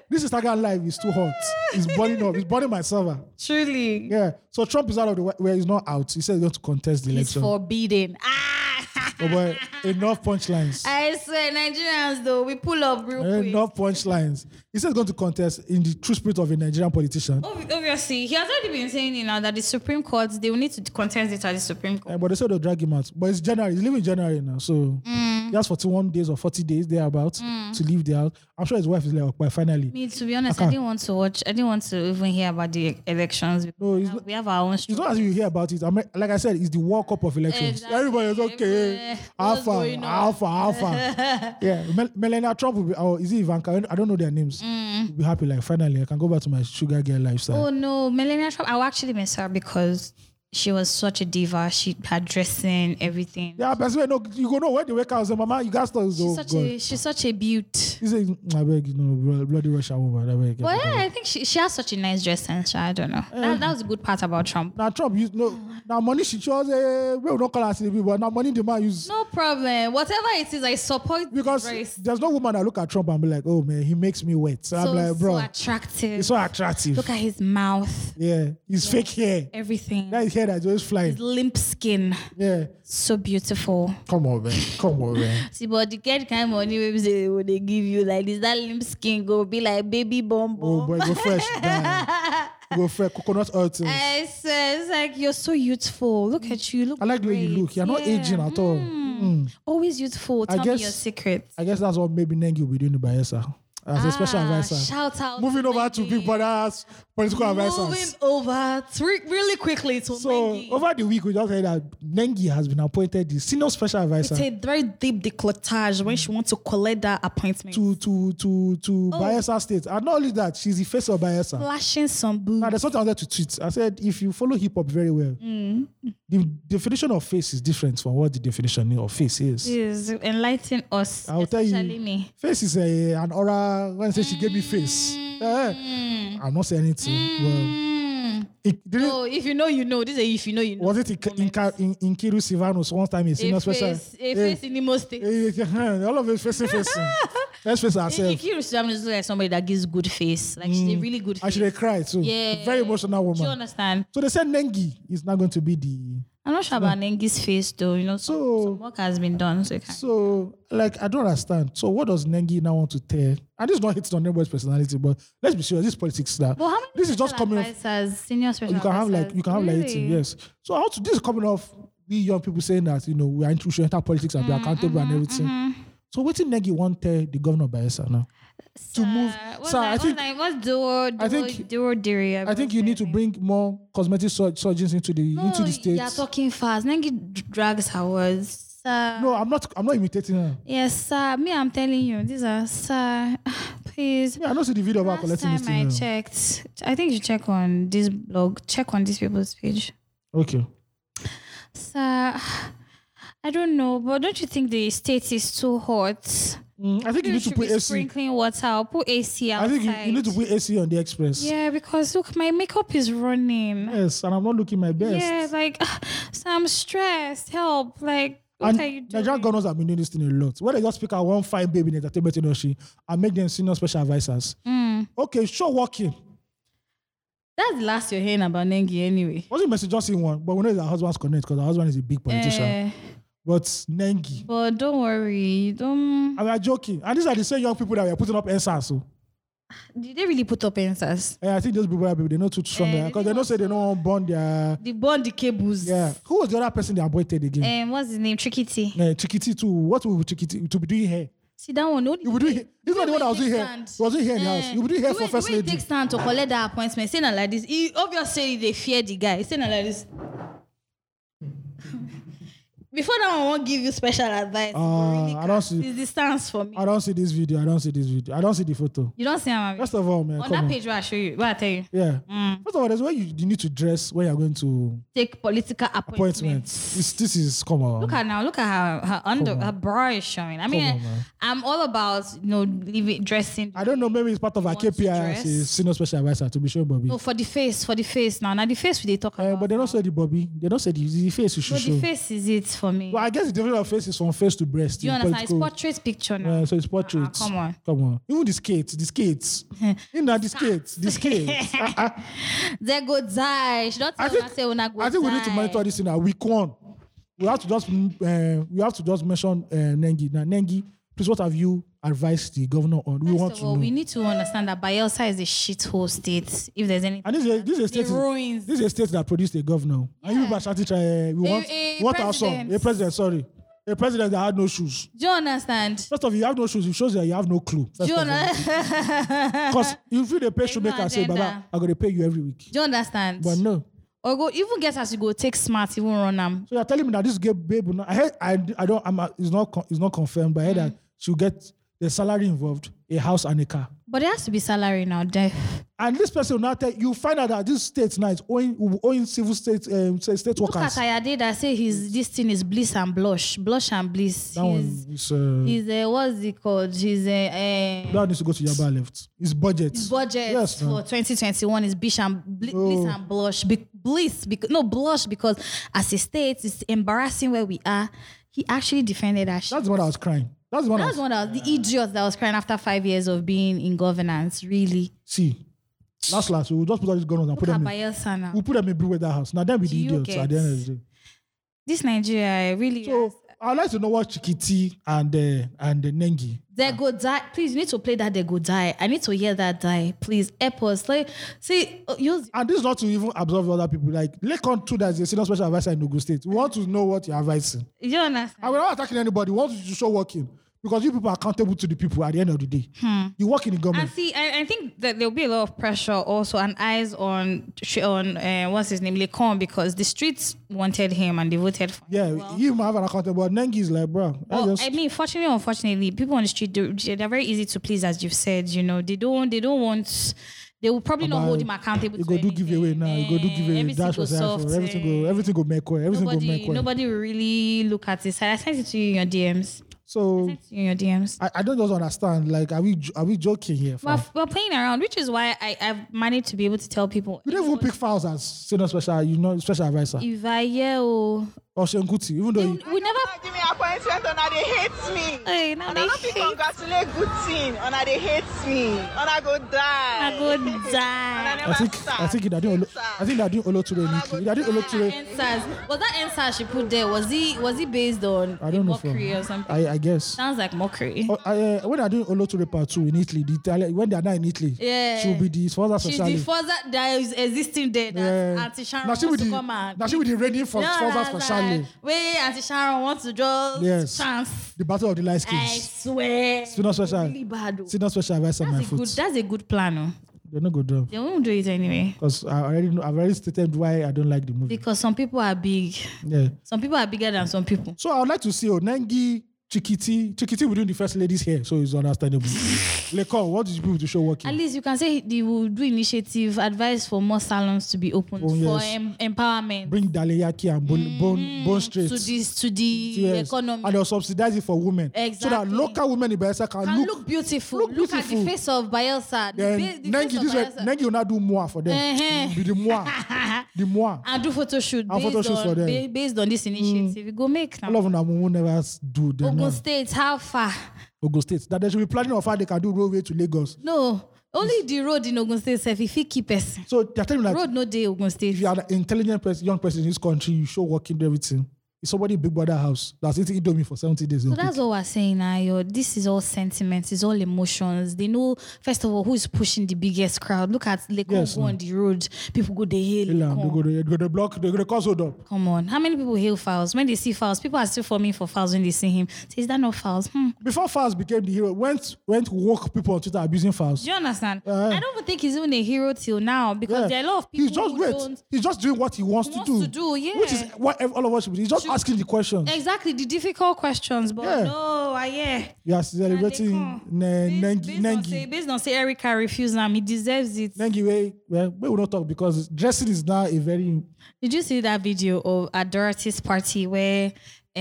this Instagram live is too hot. It's burning up. It's burning my server. Truly, Yeah. So Trump is out of the way. Well, he's not out. He said he's going to contest the he's election. forbidden. Ah, *laughs* Oh boy, enough punchlines. I swear, Nigerians though, we pull up real quick. Enough Eh, punchlines. He said he's going to contest in the true spirit of a Nigerian politician. Ob- Obviously, he has already been saying it now that the Supreme Court they will need to contest it at the Supreme Eh, Court. but they said they'll drag him out. But it's January. He's leaving January now. So Mm. he has 41 days or 40 days thereabouts to leave the house. I'm sure his wife is like, but finally. Me, to be honest, I I, can't. didn't want to watch. I didn't want to even hear about the elections because No, it's we not- have- we have our own. It's Struggle. not as if you hear about it. I mean, like I said, it's the World Cup of elections. Exactly. Everybody is okay. Everywhere. What's Alpha, going on? alpha, *laughs* alpha. yeah. Mel- Melania Trump will be, or is it Ivanka? I don't know their names. Will be happy. Like, finally, I can go back to my sugar girl lifestyle. Mm. Oh no, Melania Trump! I will actually miss her because she was such a diva. She had dressing, everything. Yeah, but no, you go know where the wake up. Say, Mama, you guys thought She's oh, such God. a she's such a beaut. He said, I beg, you know, blo- bloody Russian woman. I beg. Well, yeah, I think she, she has such a nice dress sense. sha, I don't know. Eh. That, that was a good part about Trump. Now Trump use no. Now money she chose. Eh, we don't call her CDB, but now money the man use No problem. Whatever it is, I support the because race. there's no woman that look at Trump and be like, oh man, he makes me wet. So, so, I'm like, bro, so attractive. he's so attractive. Look at his mouth, yeah, he's fake hair. everything. That hair that's always flying. His limp skin, Yeah, so beautiful. come on, man. Come on, *laughs* man. See, but the kind kind of money wey be say wey they give you like this, that limp skin go be like baby bum bum. Oh boy, go fresh. die. go fresh. Coconut oil *laughs* things. I swear, it's like you're so youthful. Look at you. you Look. I like the way you look. You're not aging at all. Mm. Always youthful. I Tell me your guess- secret. I guess that's what maybe Nengi will be doing the Bayesa. as a special Ah, advisor. Shout out. Moving over to Mengi. Big Brother's political Moving advisors. over to, re- really quickly to So oh, Mengi. over the week, we just heard that Nengi has been appointed the senior special advisor it's a very deep decolletage when she wants to collect that appointment. to to to to Oh. Bayelsa State. And not only that, she's the face of Bayelsa. Flashing some boob. Now, there's something I wanted to tweet. I said, if you follow hip hop very well, Mm. the definition of face is different from what the definition of face is. Please enlighten us. I'll tell you. especially me. Face is a, an oral. When I say she gave me face, Mm. eh, I'm not saying anything. Well, Hmm. it didn't, Oh, if you know, you know. This is a if you know, you know. was it in, in, in, in Kiru Sivanos one time in senior a special? face, a eh, face in Imo State. eh, eh, all of us facing facing. Let's face ourselves. Nikki Rustam is like somebody that gives good face. Like she's a really good I face. should have cried too. Yeah. Very emotional Do you woman. understand? So they said Nengi is not going to be the I'm not sure about Nengi's face though. You know, some, So- some work has been done. So, you can, So, like, I don't understand. So, what does Nengi now want to tell? And this is not hitting on anybody's personality, but let's be serious. This is politics now. but how many this is just special coming off. advisors, senior special You can have like advisors? you can have like Really? eighteen, yes. So, how to this is coming off. We young people saying that you know we are into we should enter politics and be accountable and everything. So, what did Nengi want to tell the governor by Bayelsa now? to move, Uh, sir, I think like, what's duo, duo, I think- duo dairy? I think you need to bring more cosmetic sur- surgeons into the into the states. You're talking fast. Nengi d- drags her words. Sir. no, I'm not. I'm not imitating her. Yes, sir. Me, I'm telling you, these are sir. *sighs* Please. Yeah, I don't see the video about Last collecting this time I thing. now. checked, I think you check on this blog. Check on these people's page. Okay. Sir, I don't know, but don't you think the state is too hot? Mm, I think you You need to should put be AC. sprinkling water. I'll put AC I outside. think you, you need to put AC on the express. Yeah, because look, my makeup is running. Yes, and I'm not looking my best. Yeah, like, *sighs* so I'm stressed. Help, like, what and are you doing? Nigerian governors have been doing this thing a lot. When they just pick out one fine baby in the entertainment industry and make them senior special advisors. Mm. Okay, sure, working. That's the last you're hearing about Nengi anyway. Wasn't Messi just in one, but we know that her husband's connected because her husband is a big politician. Eh, But Nengi. but don't worry, you don't. And we are joking. And these are the same young people that we are putting up answers. So. Did they really put up answers? oh. Eh, I think those people are baby, they're not too strong Eh, because they don't say they don't want to burn their. The bond, the cables. Yeah. Who was the other person they appointed again? And Eh, what's his name? Tricky T. Eh, Chikiti too. What will Chikiti to be doing here? See that one? No, You will do it. This is not the one that was doing here. Stand. He was doing here in the Eh. house. You will do here the for way, first the way lady. he takes time to collect that appointment, saying like this. He obviously they fear the guy. Saying *laughs* like this. Before that, one, I won't give you special advice. but Ah, really I can- don't see- It's the stance for me. I don't see this video. I don't see this video. I don't see the photo. You don't see him. Abi? First of all, man, Eh. On come that on. page, Mm. where I show you, where I tell you, Yeah. First of all, there's where you, you need to dress when you're going to take political appointments. appointments. It's, this is come on. Look at now, look at her her under her bra is showing. I mean, on, man. I'm all about you know leaving dressing. I don't know. Maybe it's part of our want to KPI as a dress. senior special advisor to be sure, Bobby. no, for the face, for the face now. Now the face we they talk Eh, about. but they don't say the Bobby. They don't say the, the face you should But show. the face is it for me. Well, I guess the difference of face is from face to breast. Do you in understand? It's political- portrait picture now. Yeah, Eh, so it's portraits. Ah, come on. Come on. Even the skates, the *laughs* skates. you know, the skates, the skates. There go die. She don't I tell think- una say una go I think we need to die. monitor this in our week one. We have to just uh, we have to just mention uh, Nengi. Now, Nengi, please, what have you advised the governor on? We want First to of all, know. we need to understand that Bielsa is a shithole state. If there's anything, and this is a, this is a state. ruins. This is a state that produced a governor. And you people are shouting, uh, we want a what our son, a president. president. Sorry, a president that had no shoes. do you understand? First of all, you have no shoes. It shows that you have no clue. Do you, under- Because if *laughs* you dey pay shoemaker, no say, Baba, agenda. I'm gonna pay you every week. *laughs* do you understand? But no. Or go even get as you go take smart even run am. So you're telling me that this girl, babe, will not- I heard, I, I don't, I'm, uh, it's not, con- it's not confirmed, but I heard Mm. that she'll get the salary involved, a house and a car. But there has to be salary now, Def. And this person will now tell you find out that this state now is owing, will be owing civil state, um, say state Look at workers. Ayade that say his this thing is bliss and blush, blush and bliss. That He's one is, uh, he's a what's it called? He's a that uh, one needs to go to Yaba left. It's budget. budget Yes, for ma'am. 2021 is bliss and bl- Oh. bliss and blush, be- bliss because no blush because as a state it's embarrassing where we are. He actually defended that. shit. That's the one I was crying. That's the one I That's was, one of the idiots that was crying after five years of being in governance. Really, see. Last, last, we'll just put all these gunners and put look at them in, Bayelsa now. we'll put them in Blue Weather House. Now, then we Do the you idiots at the end of get- the day. This Nigeria it really. So, I'd like to know what Chikiti and, uh, and uh, Nengi They go die. Please, you need to play that. They go die. I need to hear that die. Please help us. Like, see, uh, use And this is not to even observe other people. Like, Lekon too, that's a senior special advisor in Ogun State. We want to know what you're advising. you understand? And we're not attacking anybody. We want you to show working. because you people are accountable to the people at the end of the day. Hmm. You work in the government. And see, I, I think that there'll be a lot of pressure also and eyes on sh- on uh, what's his name, Lecon, because the streets wanted him and they voted for him. yeah, you might have an accountable. but Nengi is like, bro, Well, just, I mean, fortunately, or unfortunately, people on the street they're, they're very easy to please, as you've said. You know, they don't they don't want. They will probably not About- hold him accountable. you to go do anything. giveaway now. You go do Eh, giveaway. everything Dash go was soft, everything eh. go, everything go make way. Everything go Nobody, make way. nobody will really look at this. I sent it to you in your DMs. So Sent it to you in your DMs. I, I don't just understand. Like, are we are we joking here? fam? We're, we're playing around, which is why I, I've managed to be able to tell people. you don't even pick files as senior special, you know, special advisor If I yeah, oh, or Shenguti, even though you, we never. give me appointment and they hate me. Hey, now Oh, And they I no fit hate. congratulate good thing and they hate me. And I go die. I go And I die. never I think start. I think it doing Olo- I think they're doing Oloture Niki. They're doing Oloture. Answers. Was that answer she put there? Was he was he based on I don't know from. mockery or something? I I guess. Sounds like mockery. Oh, I, uh, when they're doing Oloture part two in Italy, the Italian, when they're not in Italy, Yeah. she'll be the sponsor She's special. the father that is existing there. That Auntie Sharon now wants she to with the come and. now she with the reigning for Yeah, sponsor that's special. right. Wait, Auntie Sharon wants to just Yes. chance. The battle of the light I skins. swear. Senior special, Really bad. oh. senior special advisor, my That's a good. foot. That's a good plan. oh. They're not good job They won't do it anyway because I already know, I've already stated why I don't like the movie. because some people are big. Yeah. Some people are bigger than some people. So I would like to see Onengi, Chikiti. Chikiti will do the first ladies here, so it's *laughs* understandable. Lekon, what did you people to show working? At least you can say they will do initiative, advice for more salons to be opened Oh, for yes. em- empowerment Bring Daleyaki and Bone, bone, bone Straight. Mm, to this to the Yes. economy. And uh, they'll subsidize it for women. So that Exactly. local women in Bayelsa can, Can look. look, beautiful. look Look, at the beautiful. face of Bielsa. The, Then ba- the Nengi, face this of Uh-huh. way, Bielsa. Nengi will not do more for them. Eh-heh. Be the *laughs* more. the more. and do photo shoot And based, photo shoot on, for them. Hmm. ba- based on this initiative. Go make All now. of them will never s- do them. Ogun now. State, how far? Ogun State. That they should be planning of how they can do roadway to Lagos. No, only the road in Ogun State self. If you keep us, So they're telling me like, road no day Ogun State. if you are an intelligent person, young person in this country, you show working do everything. It's somebody in Big Brother house that's eating Indomie for 70 days. So that's what we're saying now. yo. This is all sentiments, it's all emotions. They know, first of all, who is pushing the biggest crowd. Look at Lekon Yes, go no. on the road. People go, they hail Ilan, Lekon. they go to, they go to block, they go to cause hold up. Come on. How many people hail fouls? When they see fouls, people are still forming for fouls when they see him. Say, is that not fouls? Hmm. Before Faz became the hero, went went woke people on Twitter abusing Faz. Do you understand? Uh-huh. I don't even think he's even a hero till now because there are a lot of people he's just who wait. don't. He's just doing what he wants, Wants to do. to do, yeah. Eh, Which is what ev- all of us should be. He's just asking the questions. Exactly, the difficult questions, but Yeah. no, I yeah. You are celebrating can't. ne- Based, Nengi based, on say, Nengi. based on say Erica refused him, he deserves it. Nengi way. Well, we will not talk because dressing is now a very Did you see that video of at Dorothy's party where uh,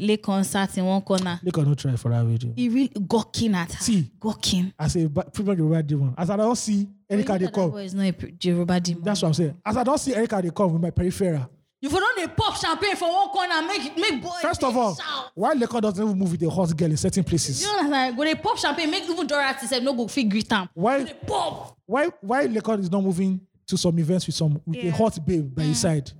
Lekon sat in one corner? they cannot try for that video. He really gawking at her. See. Gawking. As a ba- pretty much the right demon. As I don't see Erica they That boy come. is not a pr- Yoruba demon. That's what I'm saying. As I don't see Erica they come with my peripheral. You for not they pop champagne for one corner, make make boy. First of all, why Lekon doesn't even move with a hot girl in certain places? You know what I'm Go they pop champagne, make even Dorothy said no go fit greet him. Why Pop. why why Lekon is not moving to some events with some with a Yeah. Uh-huh. hot babe by his side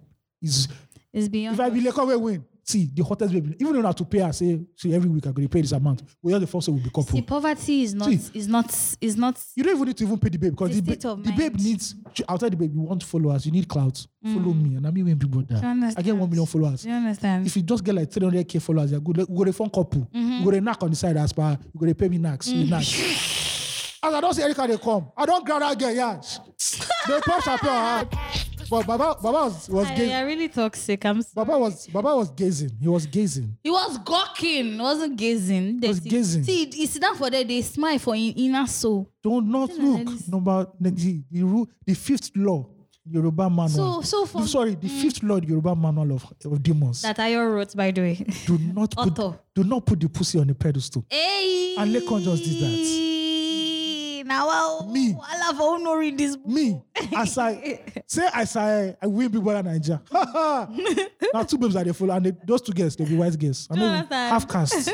is It's if beyond. I be Lekon we win. See the hottest babe. Even though I have to pay her, say see every week I go to pay this amount. We are the first will be couple. See, poverty is not See. is not is not you don't even need to even pay the babe because It's the, ba- state of the babe mind. Mm. needs outside the babe you want followers you need clout follow me and I mean when people die I get understand? one million followers do you understand? if you just get like 300k followers, you're good. Like, you go to phone couple, Mm-hmm. you go to knock on the side as per, you go to pay me knocks. Mm. You knock. As I don't see Erica, they come. I don't grab that girl, yeah. they pop champagne on her. But Baba, Baba was, was I, gazing. you're really toxic. I'm sorry. Baba was Baba was gazing. He was gazing. He was gawking, wasn't gazing. They was see- gazing. See, he sit down for there, they smile for in inner soul. Don't not look. this- Number the, the rule, the fifth law, Yoruba manual. So- so for- Mm. sorry, the fifth law, Yoruba manual of, of demons. That I all wrote, by the way. do not put, Otto. do not put the pussy on the pedestal. *laughs* hey! And Lekon just did that. Now, I'll, Me. I love honor in this book. me as I say as I I win Big Brother Nigeria. now two babes are they follow and they, those two girls they be white girls. I know Jonathan. half caste.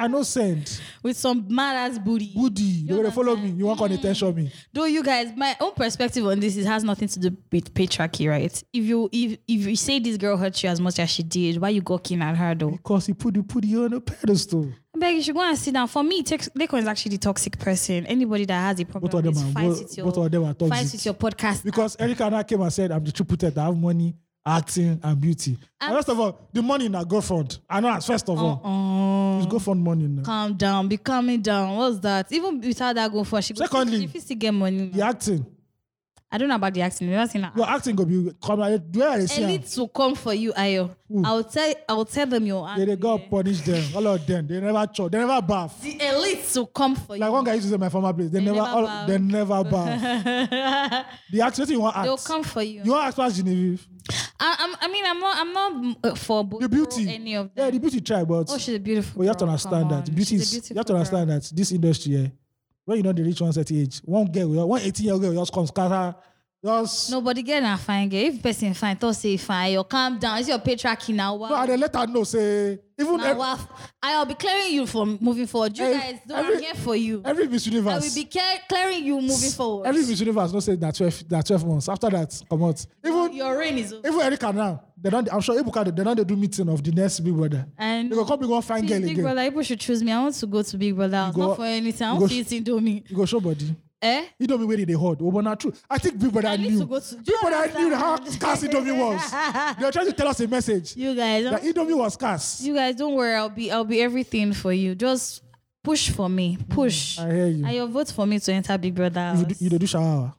I know send With some mad ass booty. Woody. They gonna follow me. You want to attention me? Though you guys, my own perspective on this, it has nothing to do with patriarchy, right? If you if if you say this girl hurt you as much as she did, why you gawking at her though? Because he put the put you on a pedestal. I beg you should go and sit down. For me, Tex- Lekon is actually the toxic person. Anybody that has a problem Both of them with are- fights both- with your both of them are fights toxic. with your podcast. Because Erica now came and said I'm the triple threat. I have money. acting, and beauty. And first of all, the money na GoFund. I know as first of all, Um, it's GoFund money now. calm down, be calming down. What's that? Even without that going for she go- Secondly, she fit still get money. The acting, I don't know about the acting. Never seen her. your acting go be come. I- Where I see am, Elite will come for you, Ayo. I'll tell I'll tell them your they, they go punish them. All of them, they never chop, they never bath. The elites will come for Like you. one guy used to say my former place, they, never, never all, bath. they never bath. *laughs* the acting wetin you want They'll act. come for you. You want act pass Genevieve. I, I'm, I mean, I'm not. I'm not mm, uh, for bo- The beauty, Any of yeah, them. the beauty try, but oh, she's a beautiful. But you have to girl, understand come that on. beauty She's a is, you have to beautiful understand girl. that this industry, eh, when you know they reach one certain age, one girl, will- one 18 year old girl will just comes, scatter, just. No. Nobody get a fine girl. If person fine, thought say fine. You calm down. It's your patriarchy now. Wow. and then let her know, say, even now, every, wow. I'll be clearing you from moving forward. You Every- guys, don't every- I'm here for you. every Miss I Universe. will be care- clearing you moving forward. Every Miss Universe, no say that 12, that 12 months. After that, come out. Even, your reign is over. even Erica now, they don't, I'm sure Ebuka, they don't do meeting of the next big brother. And They go come, big one fine Please, girl Big again. Brother, people should choose me. I want to go to Big Brother. Not go- for anything. I you want go- to eat Indomie. You go show body. Eh? You don't be where they hold. Oh, but not true. I think Big Brother I need knew. to go to- Big Brother knew how scarce Indomie was. *laughs* They were trying to tell us a message You guys, that Indomie was scarce. you guys, don't worry. I'll be, I'll be everything for you. Just push for me. Push. I hear you. And your vote for me to enter Big Brother. you House. do, you do, do shower.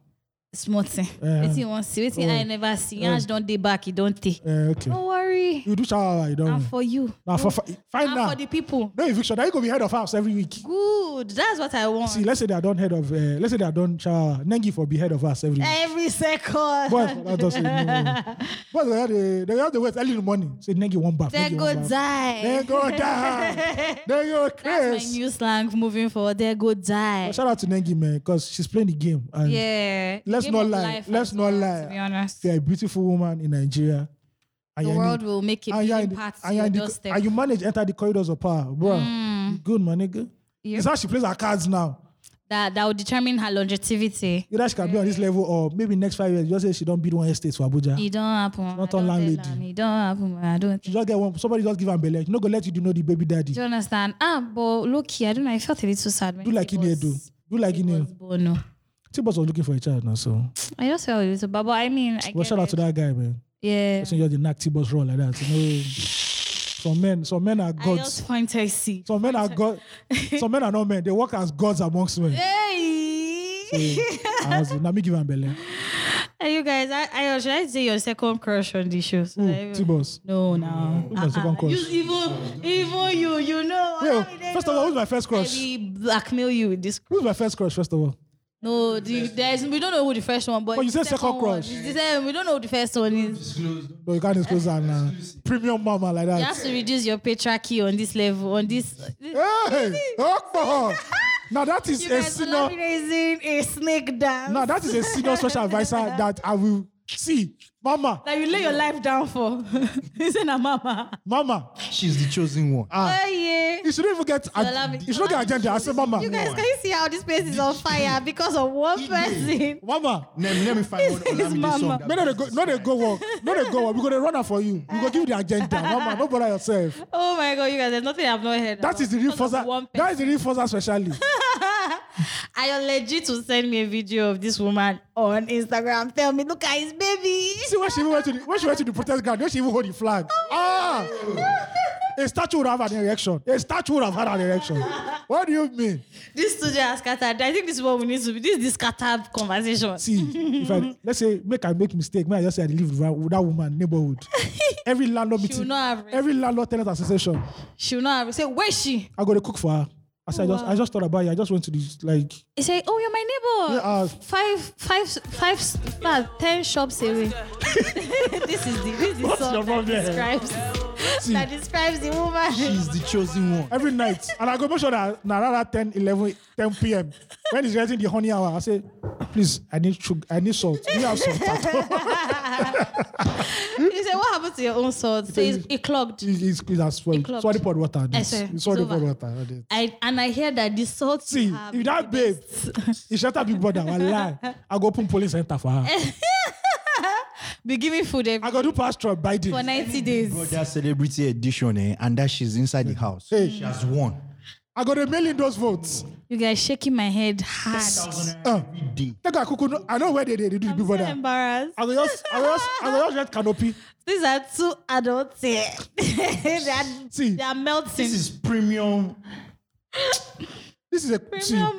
It's nothing. Eh. Waiting you want see. Waiting I never see. Yansh don't dey back. He don't take. Uh, okay. Don't worry. You do shower, you don't. Oh. I'm for you. now for fi- fine I'm now. for the people. No eviction. Now you go be head of house every week. Good. That's what I want. See, let's say they are done head of. Uh, let's say they are done shower. Nengi for be head of house every week. Every second. Boys, for that doesn't *laughs* know. Boys, they have the they have the wait early in the morning. Say Nengi one bath. They Nengi go one bath. die. They *laughs* go down. they go That's my crazy. new slang moving forward. They go die. But shout out to Nengi man, because she's playing the game. And Yeah. Let's Game not of lie. life Let's as not well, lie. To be honest, if you're a beautiful woman in Nigeria, and the you're in world will make it and you're in being the- part and you're of your in the- doorstep. Mm. and you manage to enter the corridors of power, bro. Good my nigga. It's how she plays her cards now. that that will determine her longevity. Either she can be on this level or maybe next five years, just say she don't build one estate for Abuja. It don't happen. I Not don't on tell landlady. am. It don't happen. I don't. She think- just get one. Somebody just give her belly. She not gonna let you do know the baby daddy. Do you understand? Ah, but look here. I don't know. I felt a little sad. When do like it in do. was- Do like it in was Bono. Tibos was looking for a child now, so I just felt a little bad, but I mean, I well, get shout out it. to that guy, man. Yeah. Person just the knack Tibos role like that. You know, some men, some men are I gods. just point I see. Some men are *laughs* god. Some men are not men. They work as gods amongst men. Hey. As, now me give her belly. Hey, you guys, I, I should I say your second crush on the show? So Who? that everyone- Tibos. No, no. Mm. Who's my second You, crush? even, even you, you know. Yo, Olamide know. first of all, who's my first crush? We blackmail you with this. Who's my first crush, first of all? No, the, there's we don't know who the first one, but But you it's the said second one. crush. It's the same. We don't know who the first one is. No, you can't disclose that now. Premium mama like You that. have to reduce your patriarchy on this level. On this, you Hey, *laughs* Okpa! Now that is a guys, senior. Olamide is in a snake dance Now that is a senior *laughs* social advisor that I will see. Mama, that you lay your life down for. *laughs* Isn't a mama? Oh, mama. She's the chosen one. Ah, Hey, you shouldn't even get. Olamide- ag- You shouldn't get agenda. I say, mama, you guys, can you see how this place is on fire because of *laughs* one person? mama. Let, let me find one His Olamide mama. song. that No, no, they go, no, they go work. No, they go work. We're gonna run her for you. We're gonna give you the agenda, mama. No bother yourself. Oh my god, you guys, there's nothing I've not heard. That is the real forza. That is the real forza specialist. I am legit to send me a video of this woman on Instagram. Tell me, look at his baby. See when she even went to the when she went to the protest ground, when she even hold the flag. Ah, a statue would have had an erection. A statue would have had an erection. What do you mean? This studio has scattered. I think this is what we need to be. This is the scattered conversation. See, if I let's say make I make mistake, may I just say I live with that- with that woman neighborhood. Every landlord will meeting, not have rest. every landlord tenant association, She will not have, say, where is she? I go to cook for her. I said, I just I just thought about you. I just went to the like He say, oh, you're my neighbor. Yeah, uh, five, five, five, s- nah, ten shops away. *laughs* this is the this is the song that describes that describes the woman. She's the chosen one. every night, and I go make sure that now around 10, 11, 10 p.m. when it's getting the honey hour, I say, please, I need sugar, I need salt. Do you have salt? at *laughs* all?" Hmm? He say, what happened to your own sword? So it's, it clogged. It- it's, it has swelled. clogged. Sorry, poured water. I This. swear, It's Sorry, it's poured over. water. I did. I and I hear that the salt. See, if that babe, if she big brother, I lie. I go open police center for Eh. her. be giving food every I go do pastor Biden. for 90 days. Mm. Bro, that celebrity edition, eh, and that she's inside the house. Hey. She has won. I got a million those votes. You guys shaking my head hard. Uh, take a cuckoo. no- I know where they they, they do it I'm so before that. embarrassed. I will just, I will just, I will just get canopy. These are two adults here. *laughs* they, are, See, they are melting. This is premium. this is a see, Ah. Premium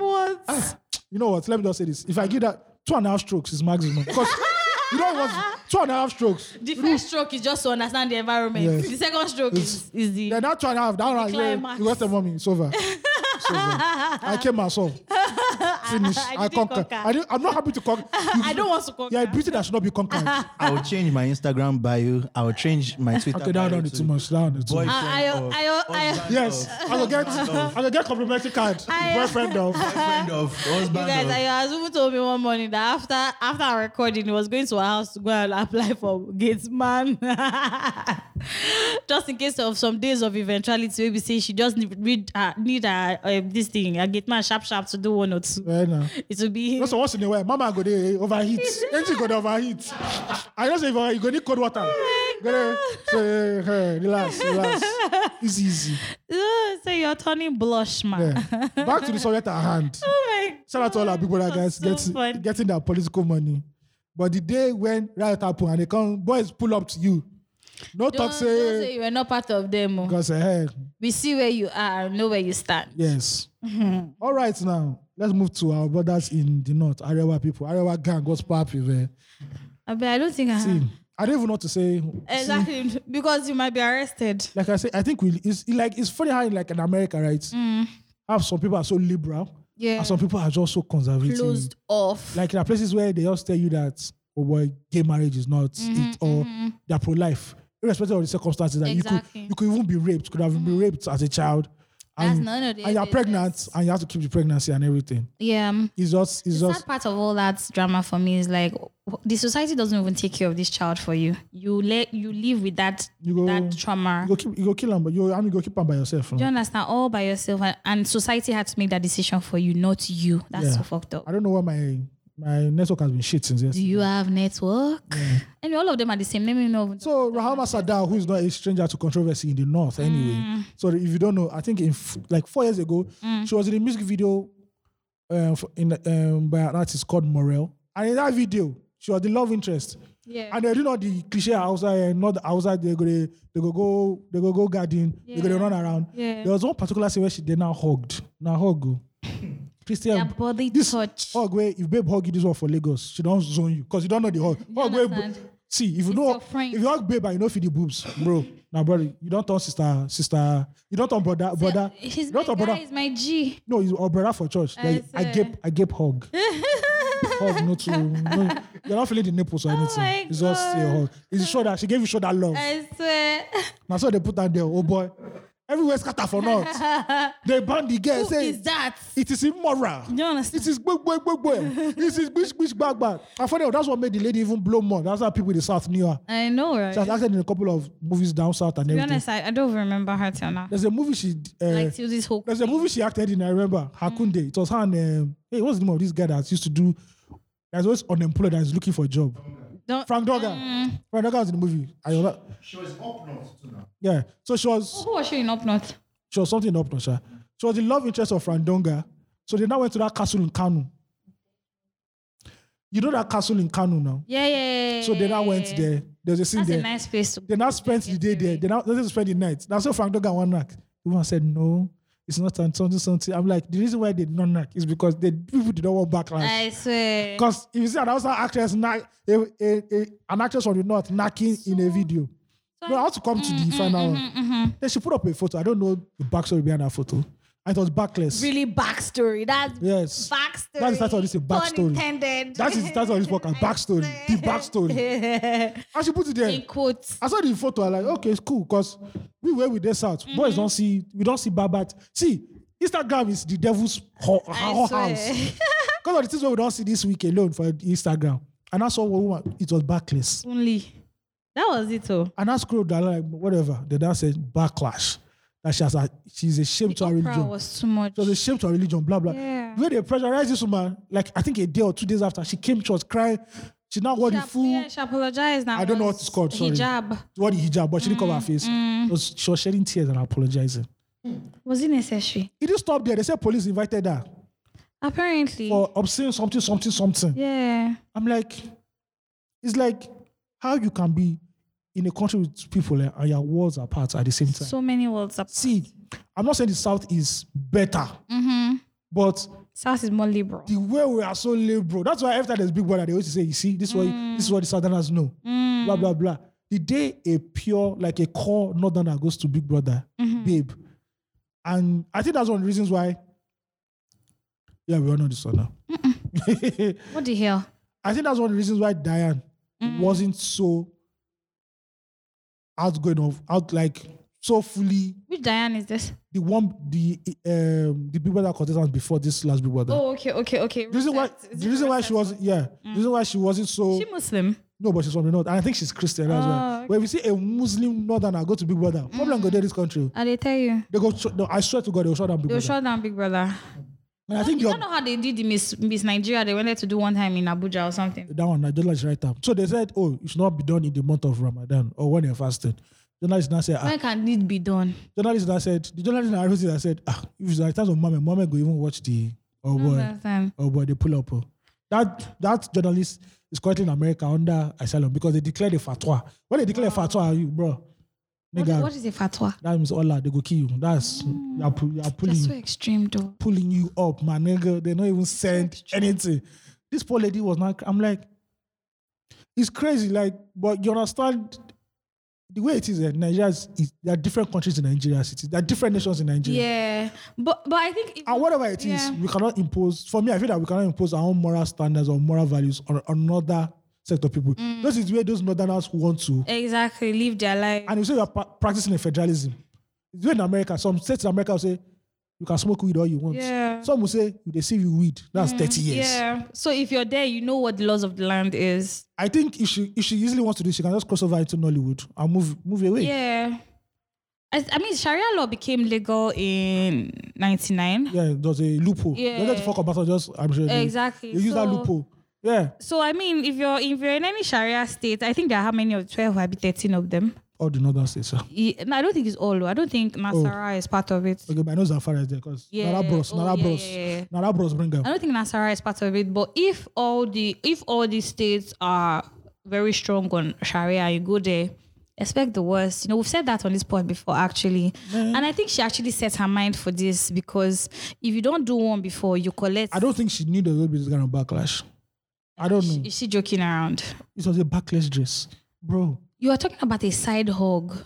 ones. *sighs* You know what? Let me just say this. If I give that two and a half strokes is maximum because you know what? Two and a half strokes. The first stroke is just to understand the environment. Yes. The second stroke is, is the Then that two and a half, that one, yeah, climax. you got the mommy. It's over. It's over. I came myself. *laughs* Finish. I, didn't conquer. conquer. I didn't, I'm not happy to conquer. *laughs* I don't want to conquer. Yeah, beauty that should not be *laughs* conquered. Ah. I will change my Instagram bio. I will change my Twitter. okay, bio that one is to too much. That one is too much. *laughs* boyfriend I- I- of- I- I- husband Yes, of- I will get, I will get complimentary card. uh, Boyfriend of. *laughs* Boyfriend of husband You guys, of- I as Umu told me one morning that after after our recording, he was going to our house to go and apply for gates man. *laughs* just in case of some days of eventuality, maybe say she just need need, uh, need uh, uh, this thing, a gate man sharp sharp to do one or two. Yeah, nah. It will be *laughs* Just once in a while, Mama go there overheat. Anything go there overheat. I just say if I- you go need cold Oh water. go there, say, hey, relax, relax. It's easy. Uh, so you're turning blush, man. Yeah. Back to the subject at hand. *laughs* Oh my Shout out to all our big brother That guys was so funny. get, getting their political money. But the day when riot happen and they come, boys pull up to you. No talk Don't, don't say say you were not part of them. oh. because hey, We see where you are, know where you stand. *laughs* yes. All right now, let's move to our brothers in the north, Arewa people, Arewa gang, what's popping, man? I I don't think I See, I don't even know what to say. See, Exactly, *laughs* because you might be arrested. like I say, I think we it's it like it's funny how in like in America, right? Mm. How some people are so liberal, Yeah. and some people are just so conservative. Closed off. Like there are places where they just tell you that oh boy, gay marriage is not Mm-hmm, it, or they're pro life, irrespective of the circumstances. That Exactly. Mm-hmm. you could you could even be raped, could have been raped as a child. That's And, none of the- and you're the- pregnant and you have to keep the pregnancy and everything. yeah. um, It's just it's The just sad part of all that drama for me is like w- the society doesn't even take care of this child for you. You let you live with that You go- that trauma. you go keep you go kill them, but you I mean go keep them by yourself. no? you understand all by yourself, and, and society had to make that decision for you, not you. That's Yeah. so fucked up. I don't know why my my network has been shit since Do yesterday. you have network? Anyway, all of them are the same. Let me know. So Rahama Sadar, who is not a stranger to controversy in the north Mm. anyway. So if you don't know, I think in f- like four years ago, Mm. she was in a music video um, f- in um, by an artist called Morel, and in that video, she was the love interest. Yeah. And they do not the cliche outside, not the outside. They go, they, they go go, they go go garden. They go they run around. Yeah. There was one particular scene where she they now hugged, now hug. oh. *laughs* Christian, Their body this oh, touch. hug where if babe hug you this one for Lagos, she don't zone you because you don't know the hug. Hug where understand? see if you your know friend. if you hug babe and you know feel the boobs, bro. Now brother, you don't turn sister, sister, you don't turn brother, brother. He's you my don't turn guy, brother. he's my G. No, he's our brother for church. Like, I see. gape, I gape *laughs* hug. hug, no to no, you're not feeling the nipples or anything. Oh my it's just a God. hug. It's shoulder. She gave you shoulder love. I swear. Now so they put that there. Oh boy. Everywhere scatter for naught. *laughs* they ban the girl. Who Say is that? it is immoral. You understand? It is big, big, big, big. It is bish, bish, bag, bag. And funny, enough, that's what made the lady even blow more. That's how people in the South knew her. I know, right? She has acted in a couple of movies down south and to be everything. honest, I, I don't even remember her till now. There's a movie she. Uh, Like till this whole there's a movie she acted in. I remember Hakunde. It was her and um, hey, what's the name of this guy that used to do? That's always unemployed and is looking for a job. Don't- Frank Dogger. Mm. Frank Dogger was in the movie. I remember. She was up north too now. Yeah. So she was Who was showing up north? she was something up, Sha. She was the love interest of Randonga. So they now went to that castle in Kanu. You know that castle in Kanu now. Yeah, yeah. yeah, So they now went yeah. there. There's a scene That's there. a nice place to They now spent the day there. They now they spent the night. Now so Frank Dogan one knock. The woman said no. It's not an something something. I'm like the reason why they did not knock is because they people did not want backlash. I swear. Because if you see an outside actress knock, a, a, a, an actress from the north knocking in a video. no, I had to come to the final one. Then she put up a photo. I don't know the backstory behind that photo. And it was backless. Really backstory. That's Yes. backstory. That's the start of this thing, backstory. Unintended. That is that's all this *laughs* podcast. Backstory. The backstory. And she put it there. In quotes. I saw the photo. I like, okay, it's cool because we were with this out. Boys don't see, we don't see babat. See, Instagram is the devil's whole, whole house. Because of the things where we don't see this week alone for Instagram. And I saw one woman, it was backless. Only. That was it, oh. And I scrolled down, like, whatever. The dad said, backlash. That she has a, she's ashamed to her Oprah religion. was too much. She was ashamed to her religion, blah, blah. Yeah. Where they pressurized this woman, like, I think a day or two days after, she came to us crying. She now wore the She ap- full. yeah, she apologized now. I don't know was what it's called, sorry. Hijab. Mm, what the hijab, but she didn't cover her face. She was- She was shedding tears and apologizing. Was it necessary? It didn't stop there. They said police invited her Apparently. for obscene something, something, something. yeah. I'm like, it's like how you can be in a country with people eh, and your worlds apart at the same time. So many worlds up. See, I'm not saying the South is better, but Mm-hmm. South is more liberal. the way we are so liberal. That's why after there's big brother, they always say, you see, this way, this is what the Southerners know. Blah blah blah. The day a pure, like a core northerner goes to Big Brother, babe. And I think that's one of the reasons why. Yeah, we all know this one now. What the hell? *laughs* I think that's one of the reasons why Diane wasn't so outgoing of out like so fully Which Diane is this? the one the um the Big Brother contestants before this last Big Brother. Oh, okay, okay, okay. The reason why the reason why she was yeah the reason why she wasn't so Mm. She Muslim. no but she's from the north and I think she's Christian as well. okay. Mm. But if you see a Muslim northerner go to Big Brother, problem go there this country. I they tell you. They go shut- no, I swear to God they will shut down Big They will Brother. shut down Big Brother. and I think You you're, don't know how they did the Miss Miss Nigeria. They wanted to do one time in Abuja or something. that one I don't like right up. So they said oh it should not be done in the month of Ramadan or when you're fasting. Journalist now said ah, When can it be done? journalist that said the journalist that wrote it that said ah if it's at times of moment moment go even watch the oh boy Understand. oh boy they pull up oh. that that journalist is currently in America under asylum because they declared a fatwa when they declare a fatwa you bro What, nigga what is a fatwa? that means Allah they go kill you that's you are, pu- you are pulling That's so you, extreme, though. pulling you up my nigga they don't even send anything this poor lady was not I'm like it's crazy like but you understand the way it is in Nigeria is, is- there are different countries in Nigeria cities there are different nations in Nigeria Yeah, but but I think if- and whatever it is, Yeah. we cannot impose. For me, I feel that we cannot impose our own moral standards or moral values on on another sector of people. Mm. This is where those northerners who want to, exactly live their life. and you say you are pa- practicing a federalism. It's where in America, some states in America will say you can smoke weed all you want. Yeah. Mm, Some will say they see you weed. That's thirty years. Yeah. So if you're there, you know what the laws of the land is. I think if she if she easily wants to do, it, she can just cross over into Nollywood and move move away. Yeah. I, I mean, Sharia law became legal in '99. Yeah, there's a loophole. Yeah. Don't let the fuck up about just I'm sure they- Exactly. They use that So- loophole. Yeah. So I mean, if you're if you're in any Sharia state, I think there are how many of twelve? I be thirteen of them. All the northern states. yeah. Yeah, no, I don't think it's all. though. I don't Oh. think Nasara is part of it. Okay, but I know Zafara is there because Yeah. Nara Bros, Oh, Nara yeah, Bros, yeah, yeah. Nara Bros bring I them. don't think Nasara is part of it. But if all the if all these states are very strong on Sharia, you go there. Expect the worst. You know, we've said that on this pod before, actually. And I think she actually set her mind for this because if you don't do one before, you collect. I don't think she knew there would be this kind of backlash. I don't know. Is she joking around? This was a backlash dress, bro. You are talking about a side hug.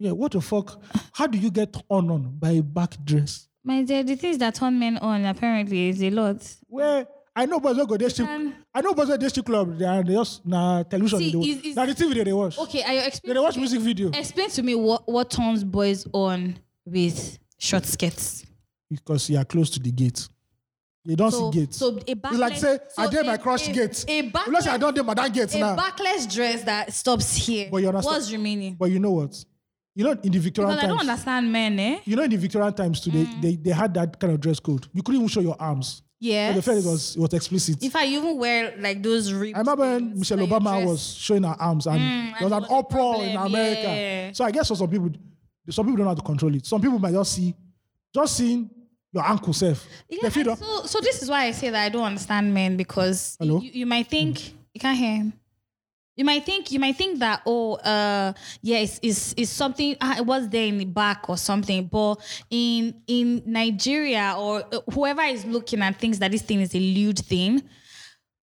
Yeah, what the fuck? How do you get on on by a back dress? My dear, the things that turn men on apparently is a lot. Where I know boys don't go district. Um, I know boys go district club. They are they just na television. See, they watch. is- is- na the TV they, they watch. Okay, Eh. I They, explain. they watch music video Explain to me what what turns boys on with short skirts. because you are close to the gate. You don't So- see gate. so a it's like backless- say I so did my a- crush a- gate. a you know say I backless- don't did my that gate A now. backless dress that stops here. but you understand. What's remaining? But you know what? You know, in the Victorian Because I don't times, understand men, eh? you know, in the Victorian times too, Mm. they, they, they had that kind of dress code. You couldn't even show your arms. Yeah. So the fact it was it was explicit. In fact, you even wear like those ribbed I remember when things, Michelle like your Obama dress. Mm, was showing her arms, and there was an and it was a uproar in problem, America. yeah. So I guess for some people, some people don't know how to control it. Some people might just see, just seeing your ankle self. Yeah, they feel and that- So, so this is why I say that I don't understand men because Hello? Mm-hmm. You, you might think you can't hear him. You might think you might think that oh uh yeah it's it's, it's something uh, it was there in the back or something but in in Nigeria or uh, whoever is looking and thinks that this thing is a lewd thing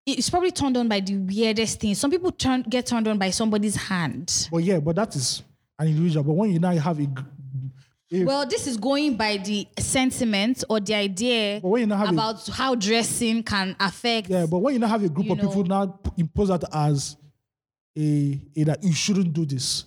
it's probably turned on by the weirdest thing some people turn get turned on by somebody's hand But yeah, but that is an individual. But when you now have a, gr- a well this is going by the sentiment or the idea But when you now have a- about how dressing can affect yeah, but when you now have a group You of people now p- impose that as a, a that you shouldn't do this,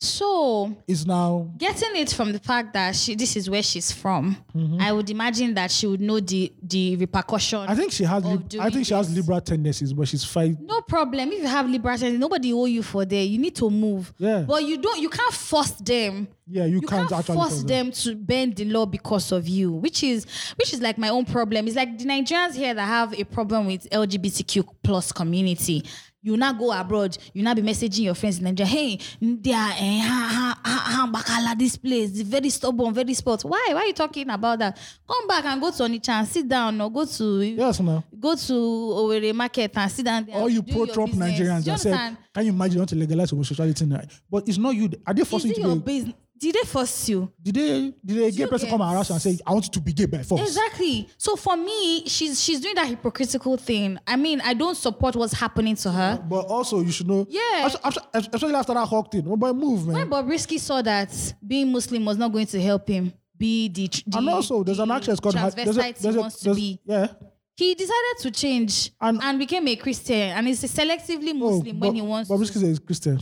so is now getting it from the fact that she this is where she's from, I would imagine that she would know the the repercussion. I think she has. of Lib- doing I think she has this. Mm. liberal tendencies, but she's fight. no problem if you have liberation. Nobody owe you for there. You need to move. Yeah. But you don't. You can't force them. Yeah, you, You can't, actually force that. them to bend the law because of you, which is which is like my own problem. It's like the Nigerians here that have a problem with LGBTQ plus community. you now go abroad, you now be messaging your friends in Nigeria, hey, they are eh, ha, ha, ha, ha, bakala, this place, it's very stubborn, very spot. Why? Why are you talking about that? Come back and go to Onitsha and sit down or go to Yes, now. go to Owerri market and sit down there. All and you do your pro Trump business. Nigerians Do you that said, understand? can you imagine you want to legalize homosexuality now? But it's not you. Are they forcing Is it you to your be, business? Did they force you? Did they did a gay you person come get- and harass you and say, I want you to be gay by force? Exactly. So for me, she's she's doing that hypocritical thing. I mean, I don't support what's happening to her. But also you should know. Yeah. After- after- Especially after that Hawk thing. Oh boy, move, man. When Bobrisky saw that being Muslim was not going to help him be the, tr- the and also there's an the actress called Ha- there's transvestite he wants to there's- be. Yeah. He decided to change And- Oh, and, became a Christian and is selectively Muslim Bo- when he wants Bobrisky to. is a Christian.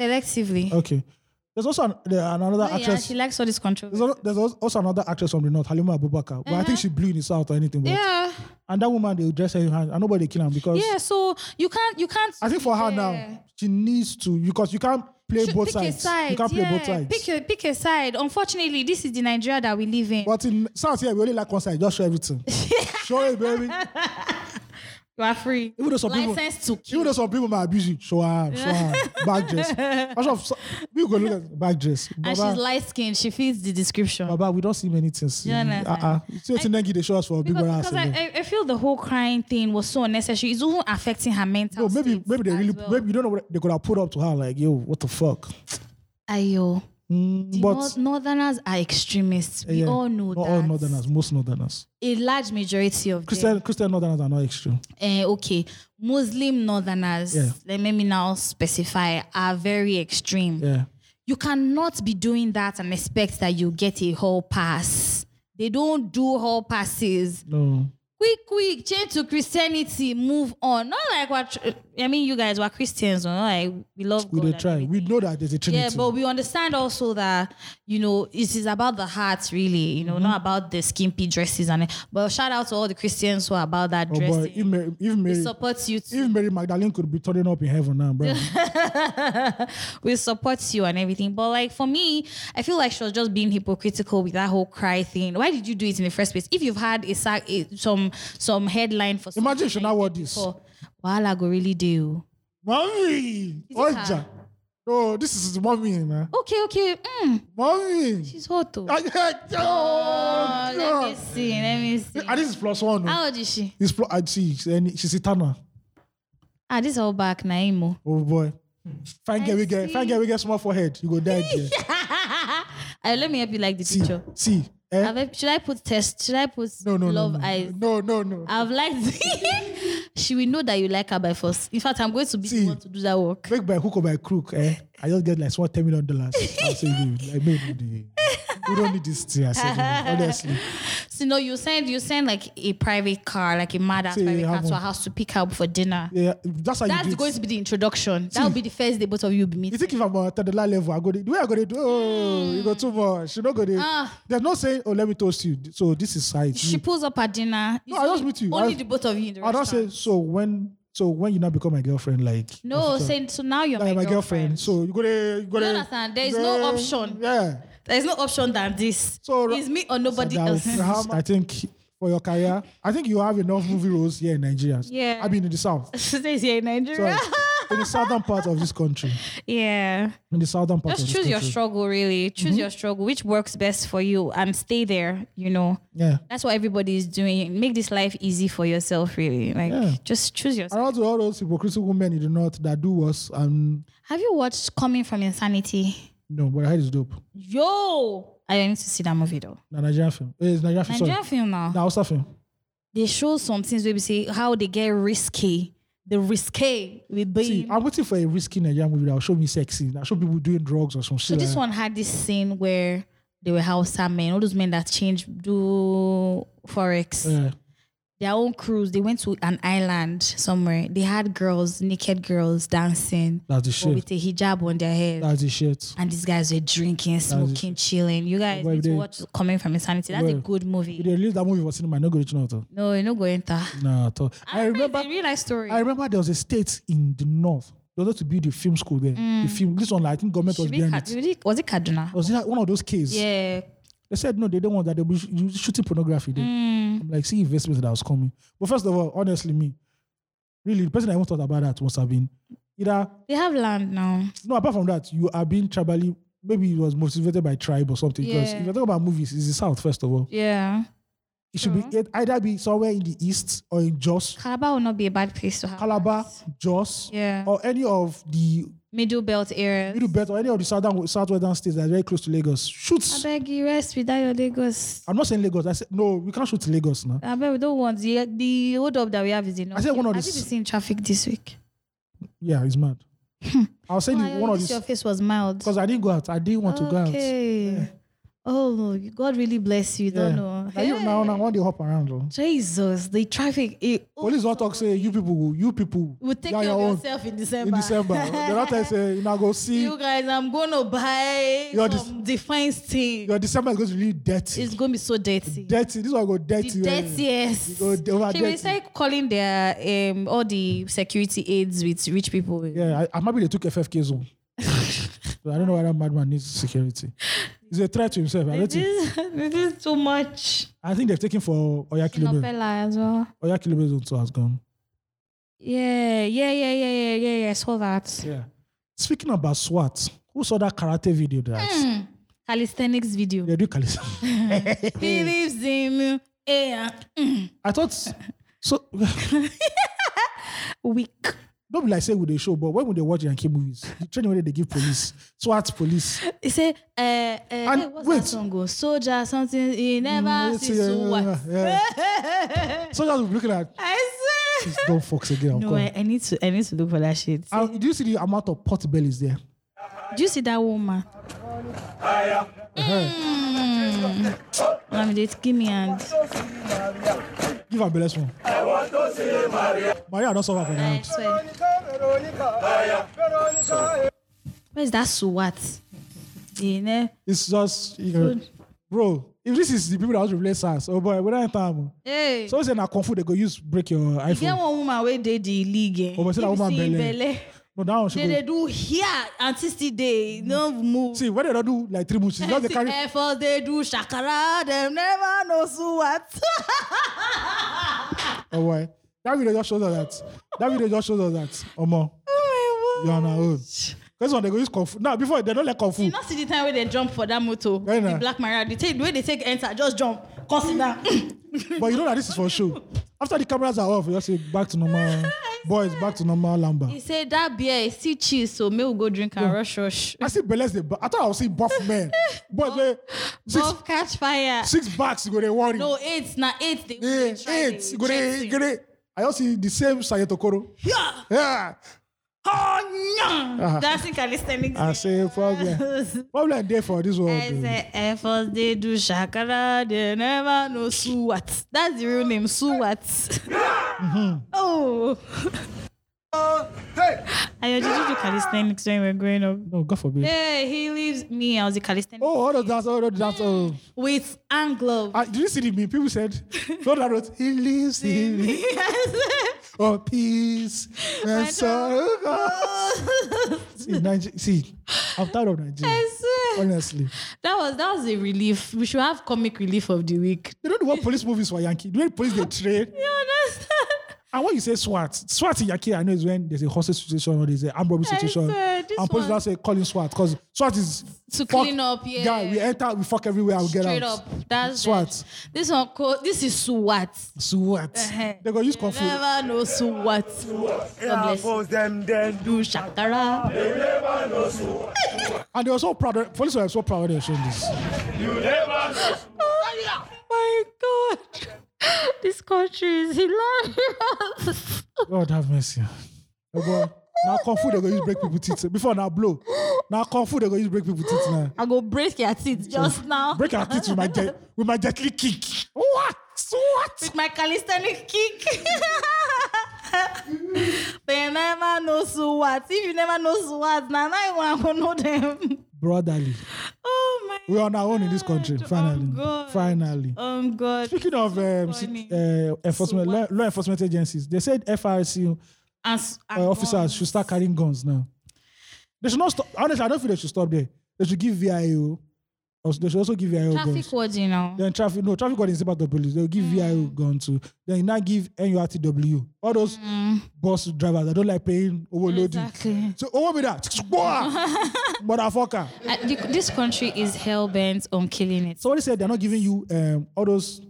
selectively. Okay. There's also an, there, and another Oh, yeah, Uh, actress. she likes all this there's, controversy. al- there's al- also another actress from the north, Halima Abubakar. But I Uh-huh. think she blew in the south or anything. But, Yeah, And that woman, they will dress her in hand, and nobody kill her because yeah. So you can't, you can't. I think for her Yeah. now, she needs to because you can't play Should both pick sides. A side. You can't yeah. play both sides. Pick a, pick a side. Unfortunately, this is the Nigeria that we live in. But in South here, we only like one side. Just show everything. *laughs* show it, baby. You are free. Even though some License people, to even kill. though some people might abuse you, show her, show her, back dress. As of so- we go look at back dress. and she's Baba, light skinned. She fits the description. Baba, we don't see many things. Yeah, nah, uh-uh. You See, it's in Nengi, they show us for big because ass. because I, I, I feel the whole crying thing was so unnecessary. It's even affecting her mental. No, maybe state maybe they as really well. maybe you don't know what they could have put up to her like yo what the fuck Ayo. The but- North- Northerners are extremists. We Yeah. all know not that. all northerners most northerners A large majority of Christian them. Christian northerners are not extreme Eh, okay, Muslim Northerners. Yeah. Let me now specify. Are very extreme. yeah you cannot be doing that and expect that you get a hall pass. They don't do hall passes. no Quick, quick, change to Christianity, move on. Not like what I mean, you guys were Christians, or like we love we God. they and try we everything. know that there's a trinity Yeah, but we understand also that you know it is about the heart, really. You know, not Mm-hmm. about the skimpy dresses and. But shout out to all the Christians who are about that Oh, boy, if dressing. Mary, if we Mary, support you. Too. if Mary Magdalene could be turning up in heaven now, bro. we support you and everything. But like for me, I feel like she was just being hypocritical with that whole cry thing. Why did you do it in the first place? If you've had a, sa- a some some headline for something Imagine she now wore this. before, wahala go really oh. do. *laughs* Mommy, it Oja. Oh, this is mommy, man. Okay, okay. Mm, Mommy. she's hot though. Ah, yeah, yeah, Oh, oh, let me God. see. Let me see. And this is plus one. oh. How old is she? It's plus, and she, she's any- she's eternal. Ah, this all back *laughs* Naimo. Oh boy. Fine girl, we get see. fine girl, we get small forehead. You go die *laughs* there. Ah, let me help you like the See, picture. see. Eh? Have I- Should I put test? Should I put No, no, love no, no. eyes? No, no, no. I've liked. *laughs* she will know that you like her by force. In fact, I'm going to be See. the one to do that work. Make by hook or by crook, eh? I just get like small ten million dollars. I'll say you like me. we don't need the- We don't need this thing, I said, eh, honestly. So no, you send you send like a private car, like a mad ass See, private car have to one. her house to pick her up for dinner. Yeah, that's how you do That's it. going to be the introduction. That will be the first day both of you will be You meeting. think if I'm on third line level, I go the way I go to do. Oh, you go too much. You not go to. Hmm. Ah. There's no saying. Oh, let me toast you. So this is side. She pulls up at dinner. No, It's I just only- meet you. Only I- the both of you in the I don't restaurant. say. So when, so when you now become my girlfriend, like no, official- say so now you're like my, girlfriend. So you go to. You go You to- understand? There is no Yeah. option. Yeah. There's no option than this. So- So it's me or nobody That else. would *laughs* have- I think for your career, I think you have enough movie roles here in Nigeria. Yeah. I've been in the south. Stays here in *laughs* So Nigeria. in the southern part of this country. yeah. In the southern part. of just this choose your country. struggle really choose Mm-hmm. your struggle which works best for you and stay there you know Yeah. that's what everybody is doing make this life easy for yourself really like Yeah. just choose yourself And also all those hypocritical men in the north that do worse and have you watched coming from insanity no, but I heard it's dope. yo i need to see that movie though Na Nigerian film. Eh, It's Nigerian film. nigerian sorry. film now Na Hausa film. they show some things where we say how they get risky the risque with See, being I'm waiting for a risky Nigerian movie that will show me sexy. That show people doing drugs or some so shit. this like one had this scene where they were Hausa men, all those men that change do forex. that. Yeah. their own cruise. They went to an island somewhere. They had girls, naked girls, dancing That's the but shit. with a hijab on their head. That's the shit. and these guys were drinking, smoking, chilling. You guys Well, need to they- watch Coming from Insanity. That's a well, good If they movie. release that movie for cinema, I no go reach now. though. No, you no go enter. Nah, at all. I remember. It's a real life story. I remember there was a state in the north. They wanted to build a film school there. The film. This one, like, I think government was Mm. Should be behind Ka- it. was it- was it Kaduna? Was it like one of those cases? Yeah. They said no, they don't want that. They'll be sh- Mm. Hmm. you shooting pornography. There. I'm like, see investments that was coming. But first of all, honestly, me, Really, the person that even thought about that was having either They have land now. no. Apart from that, you are being tribally. Maybe it was motivated by tribe or something. Because Yeah. if you talk about movies, it's the south first of all. Yeah. It should Uh-huh. be it either be somewhere in the east or in Jos, Calabar will not be a bad place to have. Calabar, lands. Jos, Yeah. or any of the Middle belt areas. middle belt or any of the southern southwestern states that are very close to Lagos. I Shoot. beg you, rest without your Lagos. I'm not saying Lagos. I said no. We can't shoot Lagos now. I beg we don't want the the hold up that we have is enough. I said one of the Have you s- been seeing traffic this week? Yeah, it's mad. I was saying the- Why, one at of least your these face was mild. because I didn't go out. I didn't want to go out. Okay. Oh, God really bless you. Don't know. Now you now now when they hop around. oh. Jesus, the traffic. It, oh, Police don't talk say you people, you people. We'll take yeah, care of your own yourself in December. in ah." *laughs* December. they don't tell you say you now go see You guys, I'm going to buy Your dis- some defined tea. your December is going to be really dirty. It's going to be so dirty. dirty. This one go dirty. The eh. dirtiest. You go over She will dirty. start calling their um all the security aides with rich people. Yeah, I, I'm happy they took FFK zone. But I don't know why that madman needs security. He's a threat to himself. I, don't think, This, this is too much. I think they've taken for Oya Kilube. Nopela as well. Oya Kilube zone too has gone. Yeah, yeah, yeah, yeah, yeah, yeah, yeah. I saw that. Yeah. Speaking about SWAT, who saw that karate video that Calisthenics video. they do calisthenics? He lives in air. I thought so. *laughs* Weak. Don't be like say with the show, but when would they watch Yankee movies? The training where they give police, SWAT police. He said, uh, uh, hey, what's wait. that song? go? Soldier, something he never Mm, sees. so what? yeah. So just looking at I said, please don't fox again. I'm no, eh. coming. I, I need to, I need to look for that shit. Ah, do you see the amount of pot bellies there? Do you see that woman? Mami, just Mm. give me hand. Give her bless one. Maria don't suffer for I that. swear. "Oh, Where's that SWAT? The ne- It's just you know, bro. If this is the people that want to replace us, oh boy, we don't have time. Hey, So say na kung fu they go use break your you get iPhone. one woman where they the league. Eh? Oh, but see that If you woman see belle. No, that one They, should they go. do here until still they don't move. See when they don't do like three moves, it's just *laughs* they carry. Air Force, they do shakara, them never know SWAT. Oh boy, that video just shows us that. That video just shows us that. Omo, oh my you word. are on our own. Because when they go use kung fu, now before they don't like kung fu. *laughs* You not see the time where they jump for that motor, Yeah, nah. the black Maria. They take the way they take enter, just jump, consider. But you know that this is for show. After the cameras are off, you just say back to normal. *laughs* Boys, back to normal He lamba. said that beer is still chill, so may we go drink and rush rush. I see Belez the I thought I was seeing buff *laughs* men. But they six Both catch fire. six backs you go they worry. No, eight na eight. They yeah, they try eight. the You go they check go they thing. I also see the same Sayetokoro. Yeah. Yeah. Oh Uh-huh. no! Dancing calisthenics. I say *laughs* problem. problem there for this world. I oh. say Air Force they do shakara, they never know Suwat. That's the real name, Suwat. Mm-hmm. Oh. I used to do calisthenics when we were growing up. No, God forbid. Hey, he leaves me. I was a calisthenics Oh, all of that, all of that. Oh. with hand glove. *laughs* Uh, did you see the meme? People said, Lord, I wrote, He lives in me. Oh, peace and sorrow. *laughs* see, Niger- see, I'm tired of Nigeria. Oh, Honestly. that was that was a relief. We should have comic relief of the week. They don't want police movies for Yankee. The way police they train. You understand? And when you say SWAT, SWAT in Yankee, I know is when there's a hostage situation or there's an armed robbery I situation. said, this and police now one- say call in SWAT because SWAT is To clean up, yeah. Guy, we enter, we fuck everywhere, we get out. Straight up. That's SWAT. it. This one called this is SWAT. SWAT. They go use kung fu. Never know SWAT. God bless. them then Do shakara. And they were so proud. of- Police were so proud of showing this. Oh my god. This country is hilarious. God have mercy. Oh boy. Now kung fu they go use break people teeth. Before now blow. Now kung fu they go use break people teeth now. I go break your teeth just now. Break our teeth with my jet with my gently kick. What? SWAT. with my calisthenic kick. *laughs* they never know SWAT. If you never know SWAT, now now I want to know them. Brotherly. Oh my. We're on our own in this country. God. Finally. Oh God. Finally. Oh God. Speaking of um, si- funny. uh, enforcement, law, SWAT. law enforcement agencies, they said FRC As- um, uh, officers should start carrying guns now. They should not stop. Honestly, I don't feel they should stop there. They should give VIO Also, they should also give VIO Traffic guns. word, you know. Then traffic, no, traffic gun is about the police. They'll give VIO gun too. Then you now give NURTW. All those bus drivers that don't like paying overloading. Exactly. So over me that. Motherfucker. Uh, the- this country is hell bent on killing it. Somebody said they're not giving you um, all those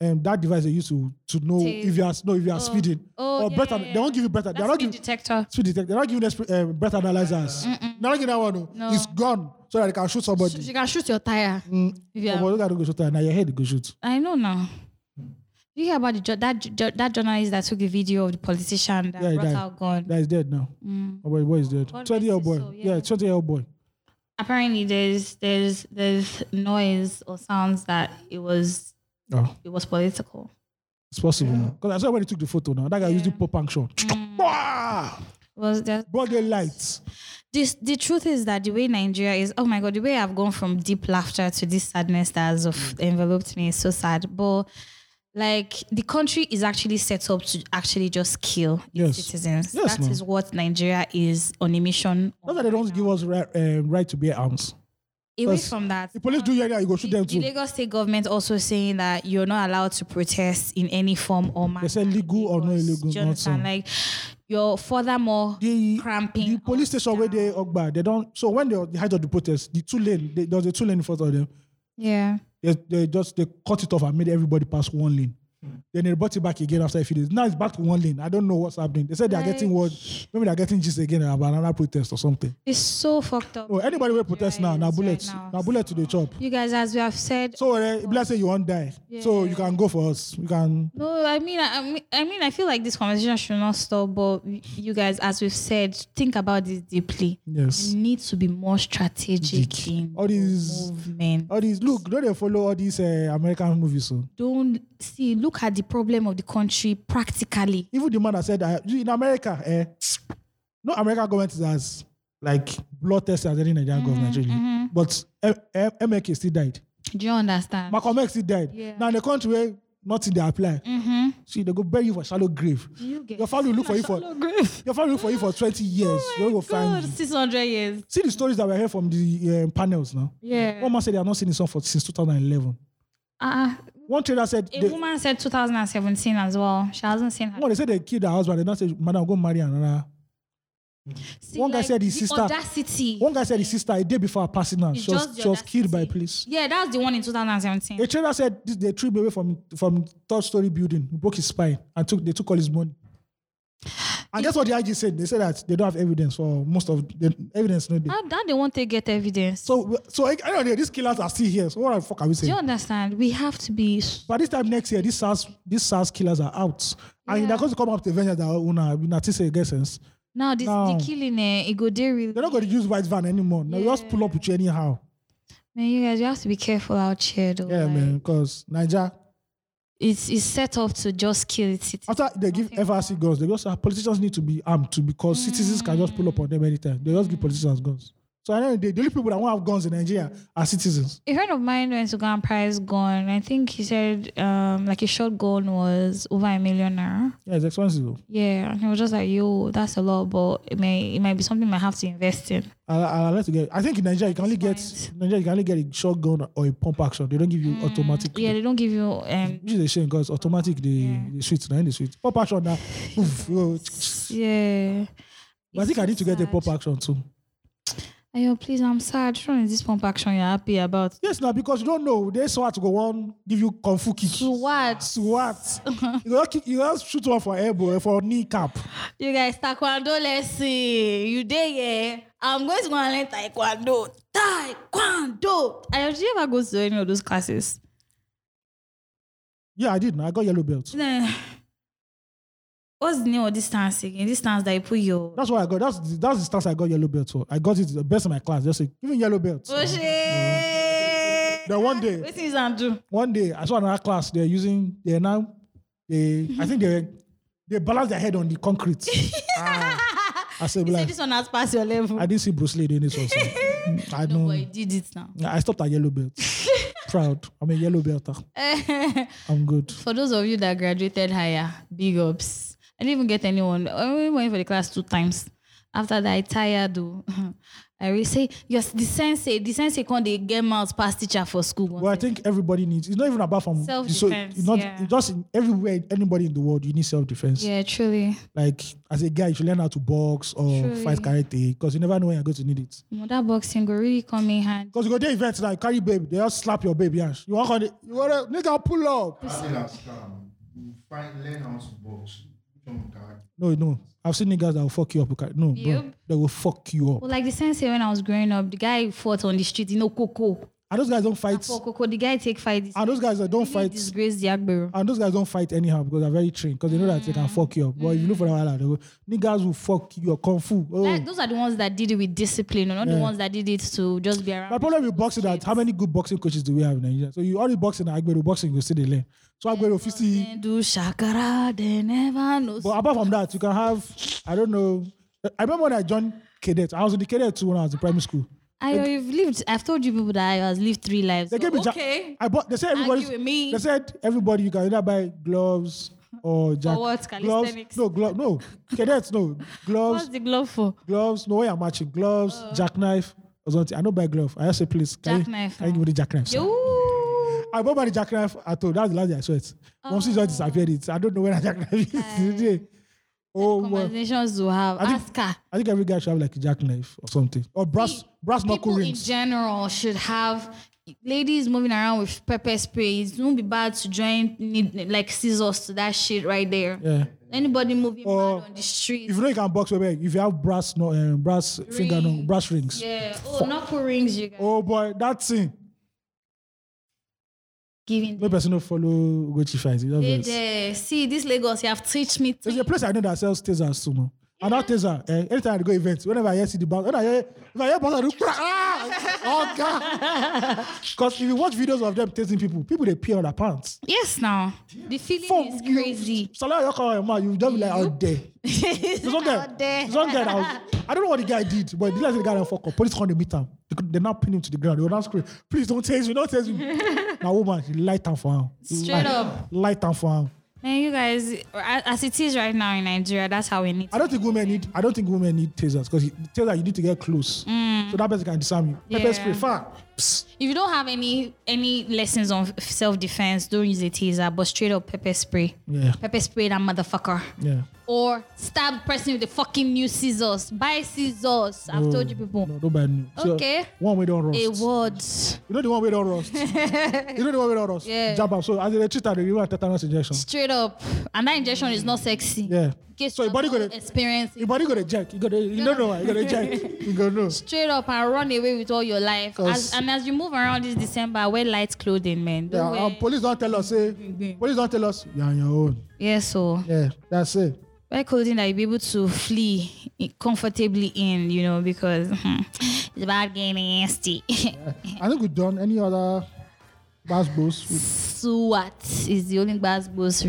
um, that device they use to to know Taste. if you are no if you are speeding Oh, or yeah, breath. yeah, an- yeah. They won't give you breath. an- They're That's not the giving detector. speed detector. They're not giving us um, breath analyzers. They're not giving that one. No. It's gone so that they can shoot somebody. You can shoot your tire. If you Yeah. are- But look at the go shoot. Now your head go shoot. I know now. You hear about the, jo- that jo- that journalist that took the video of the politician that Yeah, he brought died. out gun? That is dead now. Oh, boy, boy is dead. God Twenty year old rest boy. his soul, yeah. yeah. twenty year old boy. Apparently, there's there's there's noise or sounds that it was Oh, it was political. it's possible. Because I saw when he took the photo. Now that guy used the pop function. It was there But the lights. this the truth is that the way Nigeria is, oh my god, the way I've gone from deep laughter to this sadness that has of Mm. enveloped me is so sad. But like the country is actually set up to actually just kill its Yes. citizens. That Yes, is ma'am. what Nigeria is on a mission. Not that they don't give us right, um, right to bear arms. Away Yes. from that. The police do yeah, yeah, you go shoot them The too. Lagos state government also saying that you're not allowed to protest in any form or manner. They said in legal or no Lagos. illegal, Do you not understand? some. Like you're furthermore the, cramping. the police us station where they ogba they don't so when they were at the height of the protest the two lane they, there was a two lane in front of them Yeah. they, they just they cut it off and made everybody pass one lane then they brought it back again after a few days now it's back to one lane i don't know what's happening they said they're getting word maybe they're getting gist again about another protest or something It's so fucked up. oh anybody will protest now Nigeria now is right bullets now. now bullet to the chop You guys, as we have said, so uh, let's say you won't die so you can go for us you can no, I mean, I, I mean- I mean, I feel like this conversation should not stop. But you guys, as we've said, think about this deeply. yes You need to be more strategic in All these- your movement. all these look don't they follow all these uh, american movies so Don't see. Look at the problem of the country practically. even the man that said that in America, eh, no American government is as like blood tested as any Nigerian government, really. But M- M- MK still died. Do you understand? Malcolm X still died. Now in the country where nothing they apply. Mm-hmm. See, they go bury you for shallow grave. get- Your *laughs* family will look for you for your family will look for you for 20 years. Oh they will go find you. Six hundred years. See the stories that were heard from the um, panels now. Yeah. One man said they have not seen his son for since 2011. Uh, One trader said a they, woman said 2017 as well. She hasn't seen her. one they said they killed her husband. They now said, "Madam, go marry another." See, one guy said his the sister- Audacity. One guy said his sister a day before her passing out, It's she was, just the she was killed by audacity. police. Yeah, that's the one in 2017. A trader said this, they threw him away from from third story building. He broke his spine and took they took all his money. And guess what the IG said? They said that they don't have evidence for most of the evidence. No, they. How that they want to get evidence? So we- so I I don't know these killers are still here. So what the fuck are we do you saying? understand? We have to be. By this time next year, these SARS these SARS killers are out, and they're going to come up to vengeance. That una una this a sense. Now this No. the killing eh, it go there really. They're not going to use white van anymore. Now you just pull up with you anyhow. Man, you guys, you have to be careful out here though. Yeah, like, man. Because Niger, It's it's set up to just kill its citizens. after they give FRC guns, they just say politicians need to be armed too because Hmm. citizens can just pull up on them anytime. They just give politicians guns. So I know the, the only people that won't have guns in Nigeria are citizens. A friend of mine went to go and prize gun. I think he said um like a shotgun was over a millionaire. Yeah, it's expensive. though. Yeah, and he was just like, yo, that's a lot, but it may it might be something I have to invest in. I, I, I like to get. I think in Nigeria you can only get Nigeria you can only get a shotgun or a pump action. They don't give you automatic. Hmm. Yeah, they don't give you um Which is a shame because automatic they they shoot now in the shoot. Pump action now. oof, yo, yeah. but I think I need to get a Sad. pump action too. Ayo, please, I'm sad. Which one is this pump action you're happy about? Yes, now because you don't know they swat go one give you kung fu kick. What? *laughs* Swat. you just kick- you just shoot one for elbow for kneecap. You guys, taekwondo lesson. You there, yeah? I'm going to go and learn taekwondo. Taekwondo. Ayo, did you ever go to any of those classes? Yeah, I did. I got yellow belt. Nah. What's the name of this stance again? This stance that you put your... That's why I got. That's the- that's the stance I got yellow belt for. I got it the best in my class. Just say, even yellow belt. Oh, shit. Then one day, *laughs* What is Andrew? one day I saw another class. They're using. They're now. They. I think they. They balance their head on the concrete. *laughs* Ah. I said, You said like, this one has passed your level. I didn't see Bruce Lee doing this *laughs* also. Mm, I no, know. but you did it *laughs* now. I stopped at yellow *laughs* belt. Proud. I'm a yellow belter. I'm good. for those of you that graduated higher, big ups. I didn't even get anyone. I only went for the class two times. After that, I tired. oh. *laughs* I will say, yes, the sensei, the sensei can't they get mouth past teacher for school. Well, I think everybody needs. It's not even about from Self-defense, it's not yeah. it's just in, everywhere, anybody in the world, you need self defense. yeah, truly. Like as a guy, you should learn how to box or Truly. fight karate because you never know when you're going to need it. Mother boxing go really come in hand. Because you go to events now, you carry baby, they just slap your baby. Yes. You walk on it, you want to nigga pull up. um, You find learn how to box. Jump guard. No, no. I've seen niggas that will fuck you up. with car- No, bro, Yep. they will fuck you up. Well, like the sensei when I was growing up, the guy fought on the street, you know, Coco. And those guys don't fight. For Coco, the guy take fight. This And those guys that don't fight. disgrace the Agbero. And those guys don't fight anyhow because they're very trained because they know that they Mm. can fuck you up. But if you look for them, like, they will- niggas will fuck you up. Kung fu. Oh. That- those are the ones that did it with discipline, not the ones that did it to just be around. My problem with boxing is that how many good boxing coaches do we have in Nigeria? So you only boxing at Agbero boxing, you see the lane. So Agbero, if you see, They do shakara, they never know. but apart from that, you can have, I don't know. I remember when I joined cadet, I was in the cadet too when I was in primary school. I have lived. I've told you people that I has lived three lives. They So, gave me ja- okay. I bought. They said Argue with everybody. me. They said everybody. You can either buy gloves or jack. what? Gloves. Calisthenics? No glove. No cadets. No What's Oh. gloves. the glove for? gloves. No way. I'm matching gloves. jackknife. Or something. I don't buy glove. I just say please. Can Jackknife, You, can you give me the jackknife? sir? Ooh. I bought the jackknife at all. That's the last day I saw it. Once it just disappeared, it. I *laughs* don't know where that jackknife is today. Oh my. Conversations to have. I think- Ask her. I think every guy should have like a jackknife or something or brass brass knuckle People rings. in general should have. Ladies moving around with pepper spray. It won't be bad to join need, like scissors to that shit right there. yeah. Anybody moving Or mad on the street. If you know you can box, well, well, if you have brass, no, um, brass finger, no, brass rings. yeah. Oh, knuckle rings. You guys Oh boy, that thing. giving. No person no follow Ugochi fight. You know They, this. they, see, this Lagos, you have teach me. There's a place I know that sells tasers soon. no? And that taser, eh, anytime I go events, whenever I hear see the bounce, when I hear, if I hear bounce, I do, "Kra- ah! oh God. *laughs* Because if you watch videos of them tasing people, people they pee on their pants. Yes, now the feeling Fuck is you. crazy. Salah, you come on your mouth, you just be like out *laughs* there. There's one guy, there's one guy that was, I don't know what the guy did, but the guy said the guy done fuck up. Police come to meet him. They, could- they now pin him to the ground. They were now screaming, please don't tase me, don't tase *laughs* me. now woman, she light him for him. Straight light, up. Light him for him. Man, you guys, a- as it is right now in Nigeria, that's how we need. I To. don't think women need. I don't think women need tasers because taser you need to get close, so that person can disarm you. Pepper Mm. Yeah. spray, fine. Psst. If you don't have any any lessons on self defense, don't use a taser, but straight up pepper spray. Yeah, Pepper spray that motherfucker. yeah. Or stab the person with the fucking new scissors. Buy scissors. I've told you people. No, don't buy new. So, Okay. one way don't rust. A word. You know the one way don't *laughs* rust. you know the one way don't rust. Yeah. Jab up. So as a treater, they give you a tetanus injection. Straight up. And that injection is not sexy. Yeah. In case So you your body have gonna- experience. it. Your body gonna jerk. You gonna. You don't know. why. You gonna jerk. You gonna know. straight up and run away with all your life. 'Cause- As, and as you move around this December, wear light clothing, man. Don't Yeah, wear. and police don't tell us. Say, police don't tell us. You're on your own. yeah, so Yeah, that's it. wear clothing that you'll be able to flee i- comfortably in, you know, because hmm, it's about getting nasty. I think we've done any other bass boost. We- *laughs* so what is the only bass boost?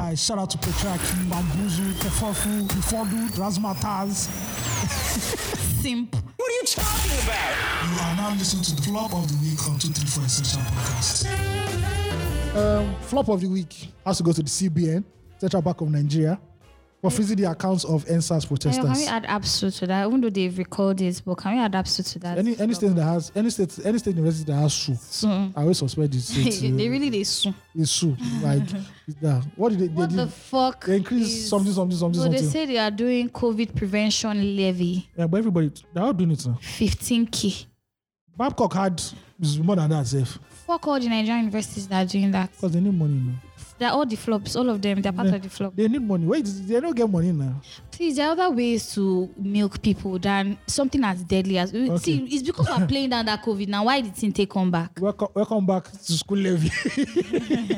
I shout out to Petraki, Bambuzu, Kefofu, Ifodu, Razmataz. *laughs* Simp. You are now listening to the flop of the week on 234 Essential Podcast. Um, flop of the week has to go to the CBN, Central Bank of Nigeria, for freezing the accounts of NSAS Can we protesters. add absolute to that? Even though they've recalled it, but can we add absolute to that? *laughs* Any any state that has any state any state university that has sue, I always suspect *laughs* it's it's, Mm. they uh, really they sue. it's sue. *laughs* Like it's that. what did they, What they the did? fuck? They increased is- something something something No, they something. say they are doing COVID prevention levy, yeah, but everybody they're all doing it now. 15k. Babcock had is more than that, safe Fuck all the Nigerian universities that are doing that. because they need money now. They're all the flops, all of them. They're part of the flop. They need money. Wait, they don't get money now. Please, there are other ways to milk people than something as deadly as. See, it's because *laughs* we're playing down that COVID now. Why did thing take come back? Welcome, welcome back to school levy. *laughs*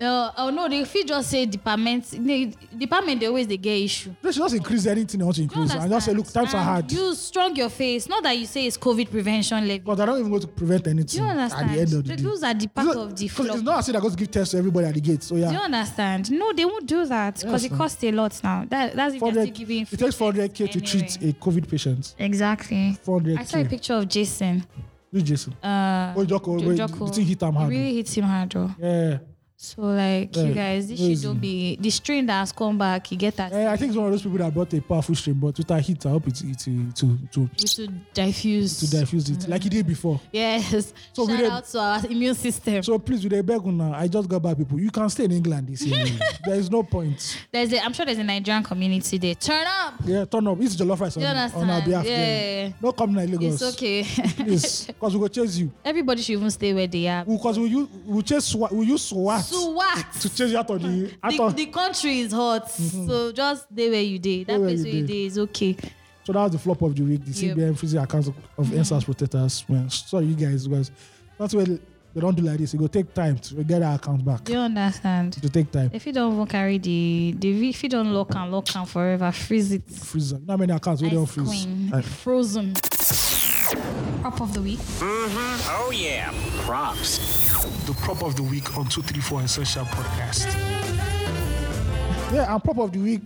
Uh, oh no, they feel just say department. They, department they always they get issue. They should just increase anything they want to You increase. And just say, understand? look, times are And hard. You strong your face. Not that you say it's COVID prevention levy. Because they're not even going to prevent anything Do you at the understand? end of the day. Those are the part of the Because it's flop. not as if they're going to give tests to everybody at the gate. So, Do you yeah. understand? No, they won't do that because it ma'am. costs a lot now. That, that's if they're still 400, giving. it takes 400k to treat a COVID patient. Exactly. I saw a 400k. picture of Jason. Who's Jason? Uh, Oh, Joko. Jo- wait, Joko. You think hit him He hard? really hits him hard, though. Yeah. So like you Eh, guys, this where shit is don't he? be the string that has come back. You get that? Eh, I think it's one of those people that brought a powerful stream, but Twitter hit. I hope it it to to to, you should diffuse. to diffuse it like he did before. Yes. So we Shout did- out to our immune system. So please, with a beg now, I just got back people. You can stay in England this year. *laughs* there is no point. there's a, I'm sure there's a Nigerian community there. Turn up. Yeah, turn up. It's jollof rice on, You on understand? our behalf. Yeah. No come now, Lagos. It's okay. *laughs* Please, because we go chase you. Everybody should even stay where they are. Because we use we chase SWAT, we use SWAT So what? to chase you out of the out The, of. the country is hot, so just stay where you did. That where place Mm-hmm. you where you dey. did is okay. So that was the flop of the week. The Yep. Mm-hmm. CBN freezing accounts of NSAS protesters. Man, sorry you guys, because that's where they don't do like this. It go take time to get our account back. Do you understand? To take time. If you don't even carry the, the if you don't lock and lock and forever, freeze it. Freeze. You know how many accounts we don't Ice freeze? queen. Aye. Frozen. Prop of the week. Oh yeah, props. The prop of the week on 234 Essential Podcast. Yeah, and prop of the week.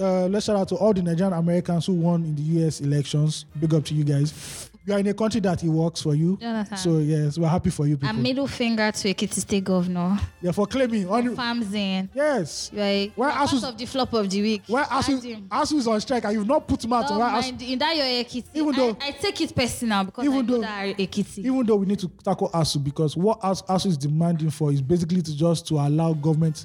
Uh, let's shout out to all the Nigerian Americans who won in the U.S. elections. Big up to you guys. You are in a country that it works for you. Jonathan. So yes, we're happy for you A people. middle finger to Ekiti State Governor. yeah, for claiming. On, Farms in. yes. You are a- Where you are Asu's- part of the flop of the week. Why Asu, Imagine. Asu is on strike and you've not put him out. Don't Why Asu- mind, in that your Ekiti, Even though- I, I take it personal because Even I know though- that are Ekiti. even though we need to tackle ASU because what AS- ASU is demanding for is basically to just to allow government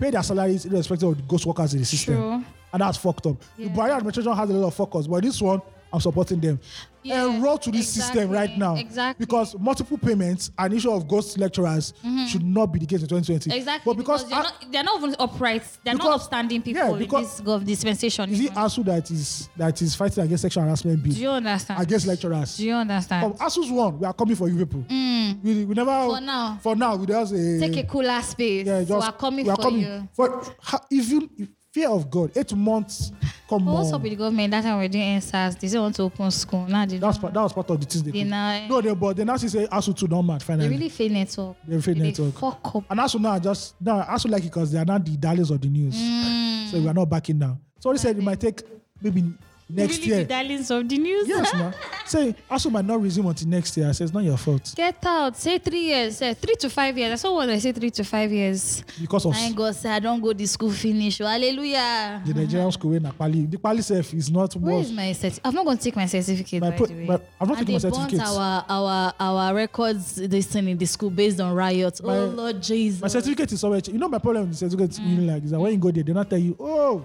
pay their salaries irrespective of the ghost workers in the system. True. And that's fucked up. The Buhari administration has a lot of focus, but this one, I'm supporting them. Yeah, and roll to this system exactly, right now. exactly. Mm-hmm. Because multiple payments and issue of ghost lecturers should not be the case in 2020. Exactly, But because, they're, A- not, they're not even upright, they're not Because- upstanding people yeah, because- in this gov- dispensation. is it even. ASU that is that is fighting against sexual harassment bill Do you understand? against lecturers? Do you understand? From ASU's one, we are coming for you people. We, we never For now. For now, we just uh, Take a cooler space. Yeah, just, we are coming for you. For ha- if you if- fear of God, eight months. Come But what's up on, with the government? That time we we're doing NSAS, they still want to open school. Now they, that's part, that was part of the things they they, did. now, No, they but they now say ASU too not mad they finally, really fail network. They fail They network. fuck up. and ASU now just now ASU like it because they are not the darlings of the news, Mm. so we are not backing down. So they said it might take maybe next really year. the darlings of the news. *laughs* yes, man. Say ASU might not resume until next year. I say it's not your fault Get out. Say three years. Say three to five years. I saw one. I say three to five years. because of Thank God, say I don't go to school finish. Oh, Hallelujah. the Nigerian school in Napali. The Pali self is not Where worth. is my certificate? I'm not going to take my certificate. My by pro- the way. my- I've not and taken my they burnt certificate. our our our records this thing in the school based on riots. My- oh Lord Jesus. My certificate is somewhere. You know my problem with the certificate union like is that when you go there, they not tell you, oh,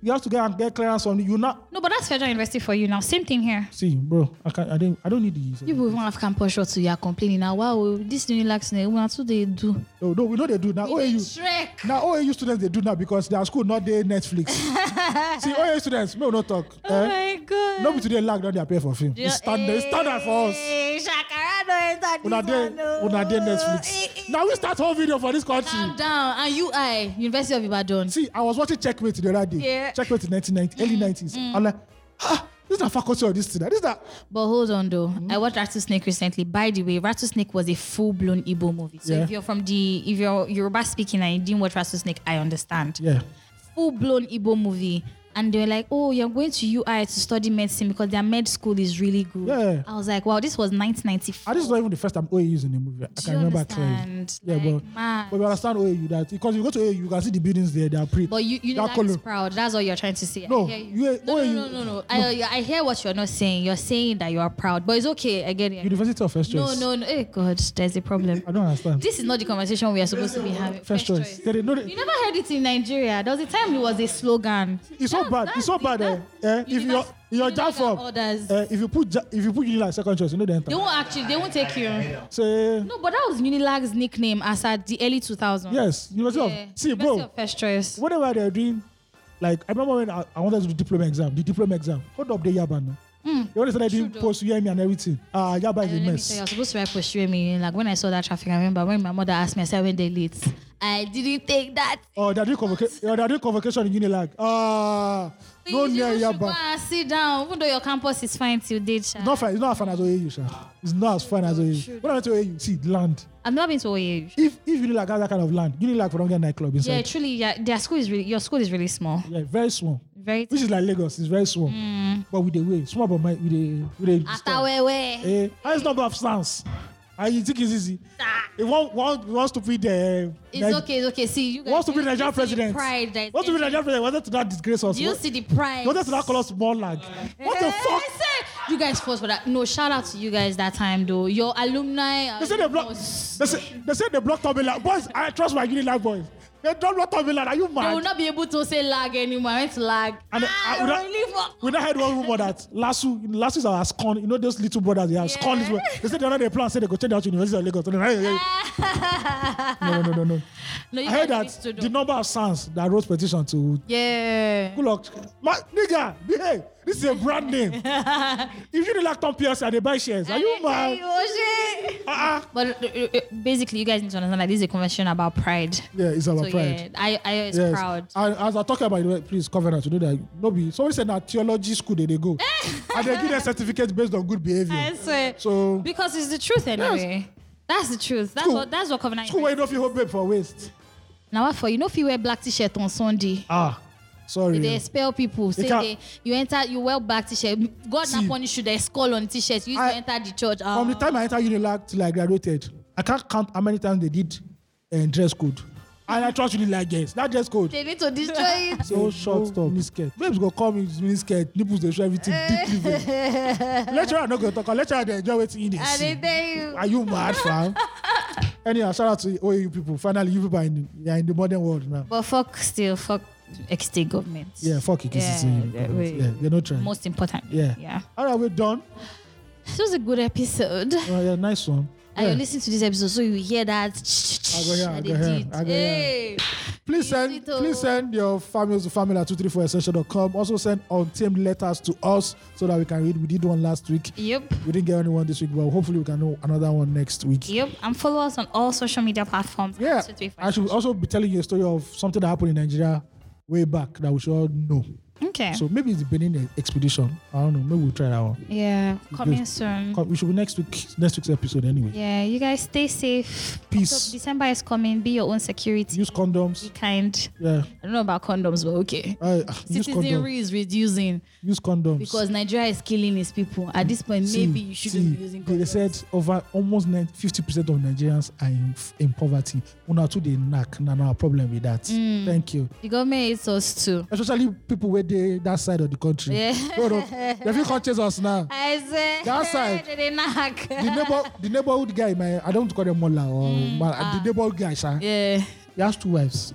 you have to go and get clearance from the-" you not no, but that's federal university for you now. Same thing here. see, bro. I can not I don't I don't need the E certificate. People even have campus shot to you are complaining now. Wow, this new eh, lax now. That's what they do. No, no, we know they do now. OAU Shrek. now OAU students they do now because their school not their *laughs* Netflix. see, OAU students, no, no talk. Oh eh? my God. Nobody today lag down their pay for film. It's standard, it's standard for us. Hey, Shakara, no, eh, it's not Una this day, one, no. una day Eh, Netflix. eh, Now we start whole video for this country. Calm down. And UI, University of Ibadan. See, I was watching Checkmate the other day. Yeah. Mm, Checkmate in 1990, early 90s. I'm like, ah, this is the faculty of this thing. This is the But hold on though. Mm-hmm. I watched Rattlesnake recently. By the way, Rattlesnake was a full blown Igbo movie. So Yeah. if you're from the if you're Yoruba speaking and you didn't watch Rattlesnake, I understand. yeah. Full blown Igbo movie. And they were like, Oh, you're going to UI to study medicine because their med school is really good. Yeah. I was like, Wow, this was nineteen ninety four. And this is not even the first time OAU is in a movie. I Do can you remember clearly. understand? Yeah, Like, but mad. but we understand OAU that because you go to OAU, you can see the buildings there. They are pretty. But you, you they know are that is color. proud. That's what you're trying to say. No, I hear you. you- no, oh, no, you- no, no, no, I, I hear what you're not saying. You're saying that you are proud, but it's okay. I get it. University of First no, Choice. no, no. Hey, God, there's a problem. I don't understand. This is not the conversation we are supposed to be having. first, choice. They didn't know that- You never heard it in Nigeria. There was a time it was a slogan. it's so bad. It's so bad. Eh, eh, if you're in your job form, orders, eh, if you put ja- if you put you like second choice, you know the enter. they won't actually. They won't take you. Say No, but that was Unilag's nickname as at the early 2000s. yes, University Yeah. of see, University bro. of first choice. Whatever they're doing, like I remember when I, I wanted to do diploma exam, the diploma exam. Hold up, the Yaban. Mm, they only started doing Hmm, though. post UME and everything. Ah, uh, Yaba I is a know, Let me tell you, I mess. was supposed to write pursue me. Like when I saw that traffic, I remember when my mother asked me, I said, when they late. I didn't take that. Oh, they're doing convocation. Oh, they're doing convocation in Unilag. Ah, no You near should go Yaba. and sit down, even though your campus is fine till date. sha. It's not fun. It's not as fun as OAU, sha. It's not as fun as OAU. When I went to OAU, see land. I've never been to OAU. If if Unilag has that kind of land, Unilag for don't get nightclub Yeah, inside. truly, yeah, their school is really your school is really small. Yeah, very small. Very Which is like Lagos. It's very small, Mm. but with the way small, but my with the with the. style. Atawewe. Eh, highest number of sounds. And you think it's easy. If one, one eh, wants to be the. It's okay, it's okay. See, you guys. Wants to you- be the you Nigerian see the president. Pride that is Wants to be the in- Nigerian president. Wanted to not disgrace us. Do you Wa- see the pride? Wanted to not call us small lag. What the fuck? You guys fought for that. No, shout out to you guys that time though. Your alumni. uh, They said they block. They was- said they, said they blocked Tomila. Boys, I trust my Unilag boys. They don't block Tomila. Are you They will mad? not be able to say lag anymore. I went to lag. And ah, I- we don't- really fuck. We now heard one rumor that Lasso, Lasso is our scorn. You know those little brothers, they are scorn. Yeah. They said they don't have a plan. Said they go change out to University of Lagos. no, no, *laughs* no, no, no. No, you I heard guys that really stood the up. number of sons that wrote petition to Yeah. good luck. My nigga, behave. This is a brand name. *laughs* if you like Tom Pierce and they buy shares, are you mad? Oh, shit. Uh-uh. But uh, uh, uh, basically, you guys need to understand that this is a conversation about pride. Yeah, it's our So pride. yeah, I, I is Yes. proud. And as I talk about it, please covenant, you know that no be somebody said that theology school they, they go. and they give their certificate based on good behavior. I swear. So- because it's the truth anyway. That's the truth. That's School- what that's what covenant. School where you don't feel hope for waste. Now what for you know if you wear black t-shirt on Sunday. Ah, sorry. They expel people. Say can't- they, you enter, you wear black t-shirt. God See. not punish you. They skull on t-shirt. You used I- to enter the church. From the Uh, time I entered Unilag till I graduated, I can't count how many times they did uh, dress code. And I trust Unilag, yes. That dress code. they need to destroy it. So short stop. Miniskirt. Babes go call me miniskirt. Nipples they show everything. Deep living. Lecturer I no go talk. Lecturer they enjoy waiting in And this. they tell you. Are you mad, fam? Anyhow, shout out to all you people. Finally, you people are in the, are in the modern world now. *laughs* But fuck still, fuck XT government. Yeah, fuck it. Yeah, that yeah, way. yeah, they're not trying. Most important. Yeah. Yeah. All right, we're done. This was a good episode. Uh, yeah, nice one. And you Yeah. listen to this episode, so you hear that. go hear, I that go they hear, did. I go hear. Hey. Please send, Easy to- please send your families to family at 234essential.com. Also send untamed letters to us so that we can read. We did one last week. Yep. We didn't get anyone this week, but hopefully we can know another one next week. Yep, and follow us on all social media platforms. Yeah. Two, three, five. I should also be telling you a story of something that happened in Nigeria way back that we should all know. Okay. So maybe it's Benin expedition. I don't know. Maybe we'll try that one. Mm-hmm. yeah, coming Good. soon. Come- We should be next week. Next week's episode anyway. Yeah, you guys stay safe. Peace. December is coming. Be your own security. Use condoms. Be kind. Yeah. I don't know about condoms, but okay. Uh, uh, use condoms. Citizenry is reducing Use condoms. because Nigeria is killing its people. At this point, See, maybe you shouldn't see, be using They condoms. said over almost 50 percent of Nigerians are in, f- in poverty. Una too they knack. Now no problem with that. Mm. Thank you. the government hates us too. Especially people where they that side of the country. Yeah. No, no. They feel conscious us now. I eh, *laughs* said, That side. they didn't hack. the neighbor the neighborhood guy my i don't call them mola or ma, the neighborhood guy sha yeah. Mm, ah. Yeah. he has two wives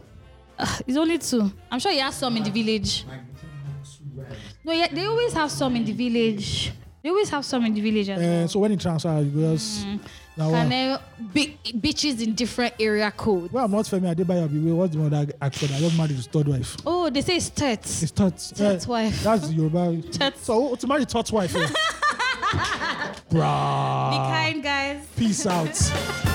It's only two. I'm sure he has some in the village. No, yeah, they always have some in the village. They always have some in the village. as Mm. uh, so when he transfer you just mm. now wow. And then bi- bitches in different area code. well i'm not Femi Adebayo Abiwe what's the one that actor that just married his third wife Oh, they say it's tets. his third eh, Third wife. that's the Yoruba Third- so to marry *laughs* third wife eh? bruh Kind guys. peace out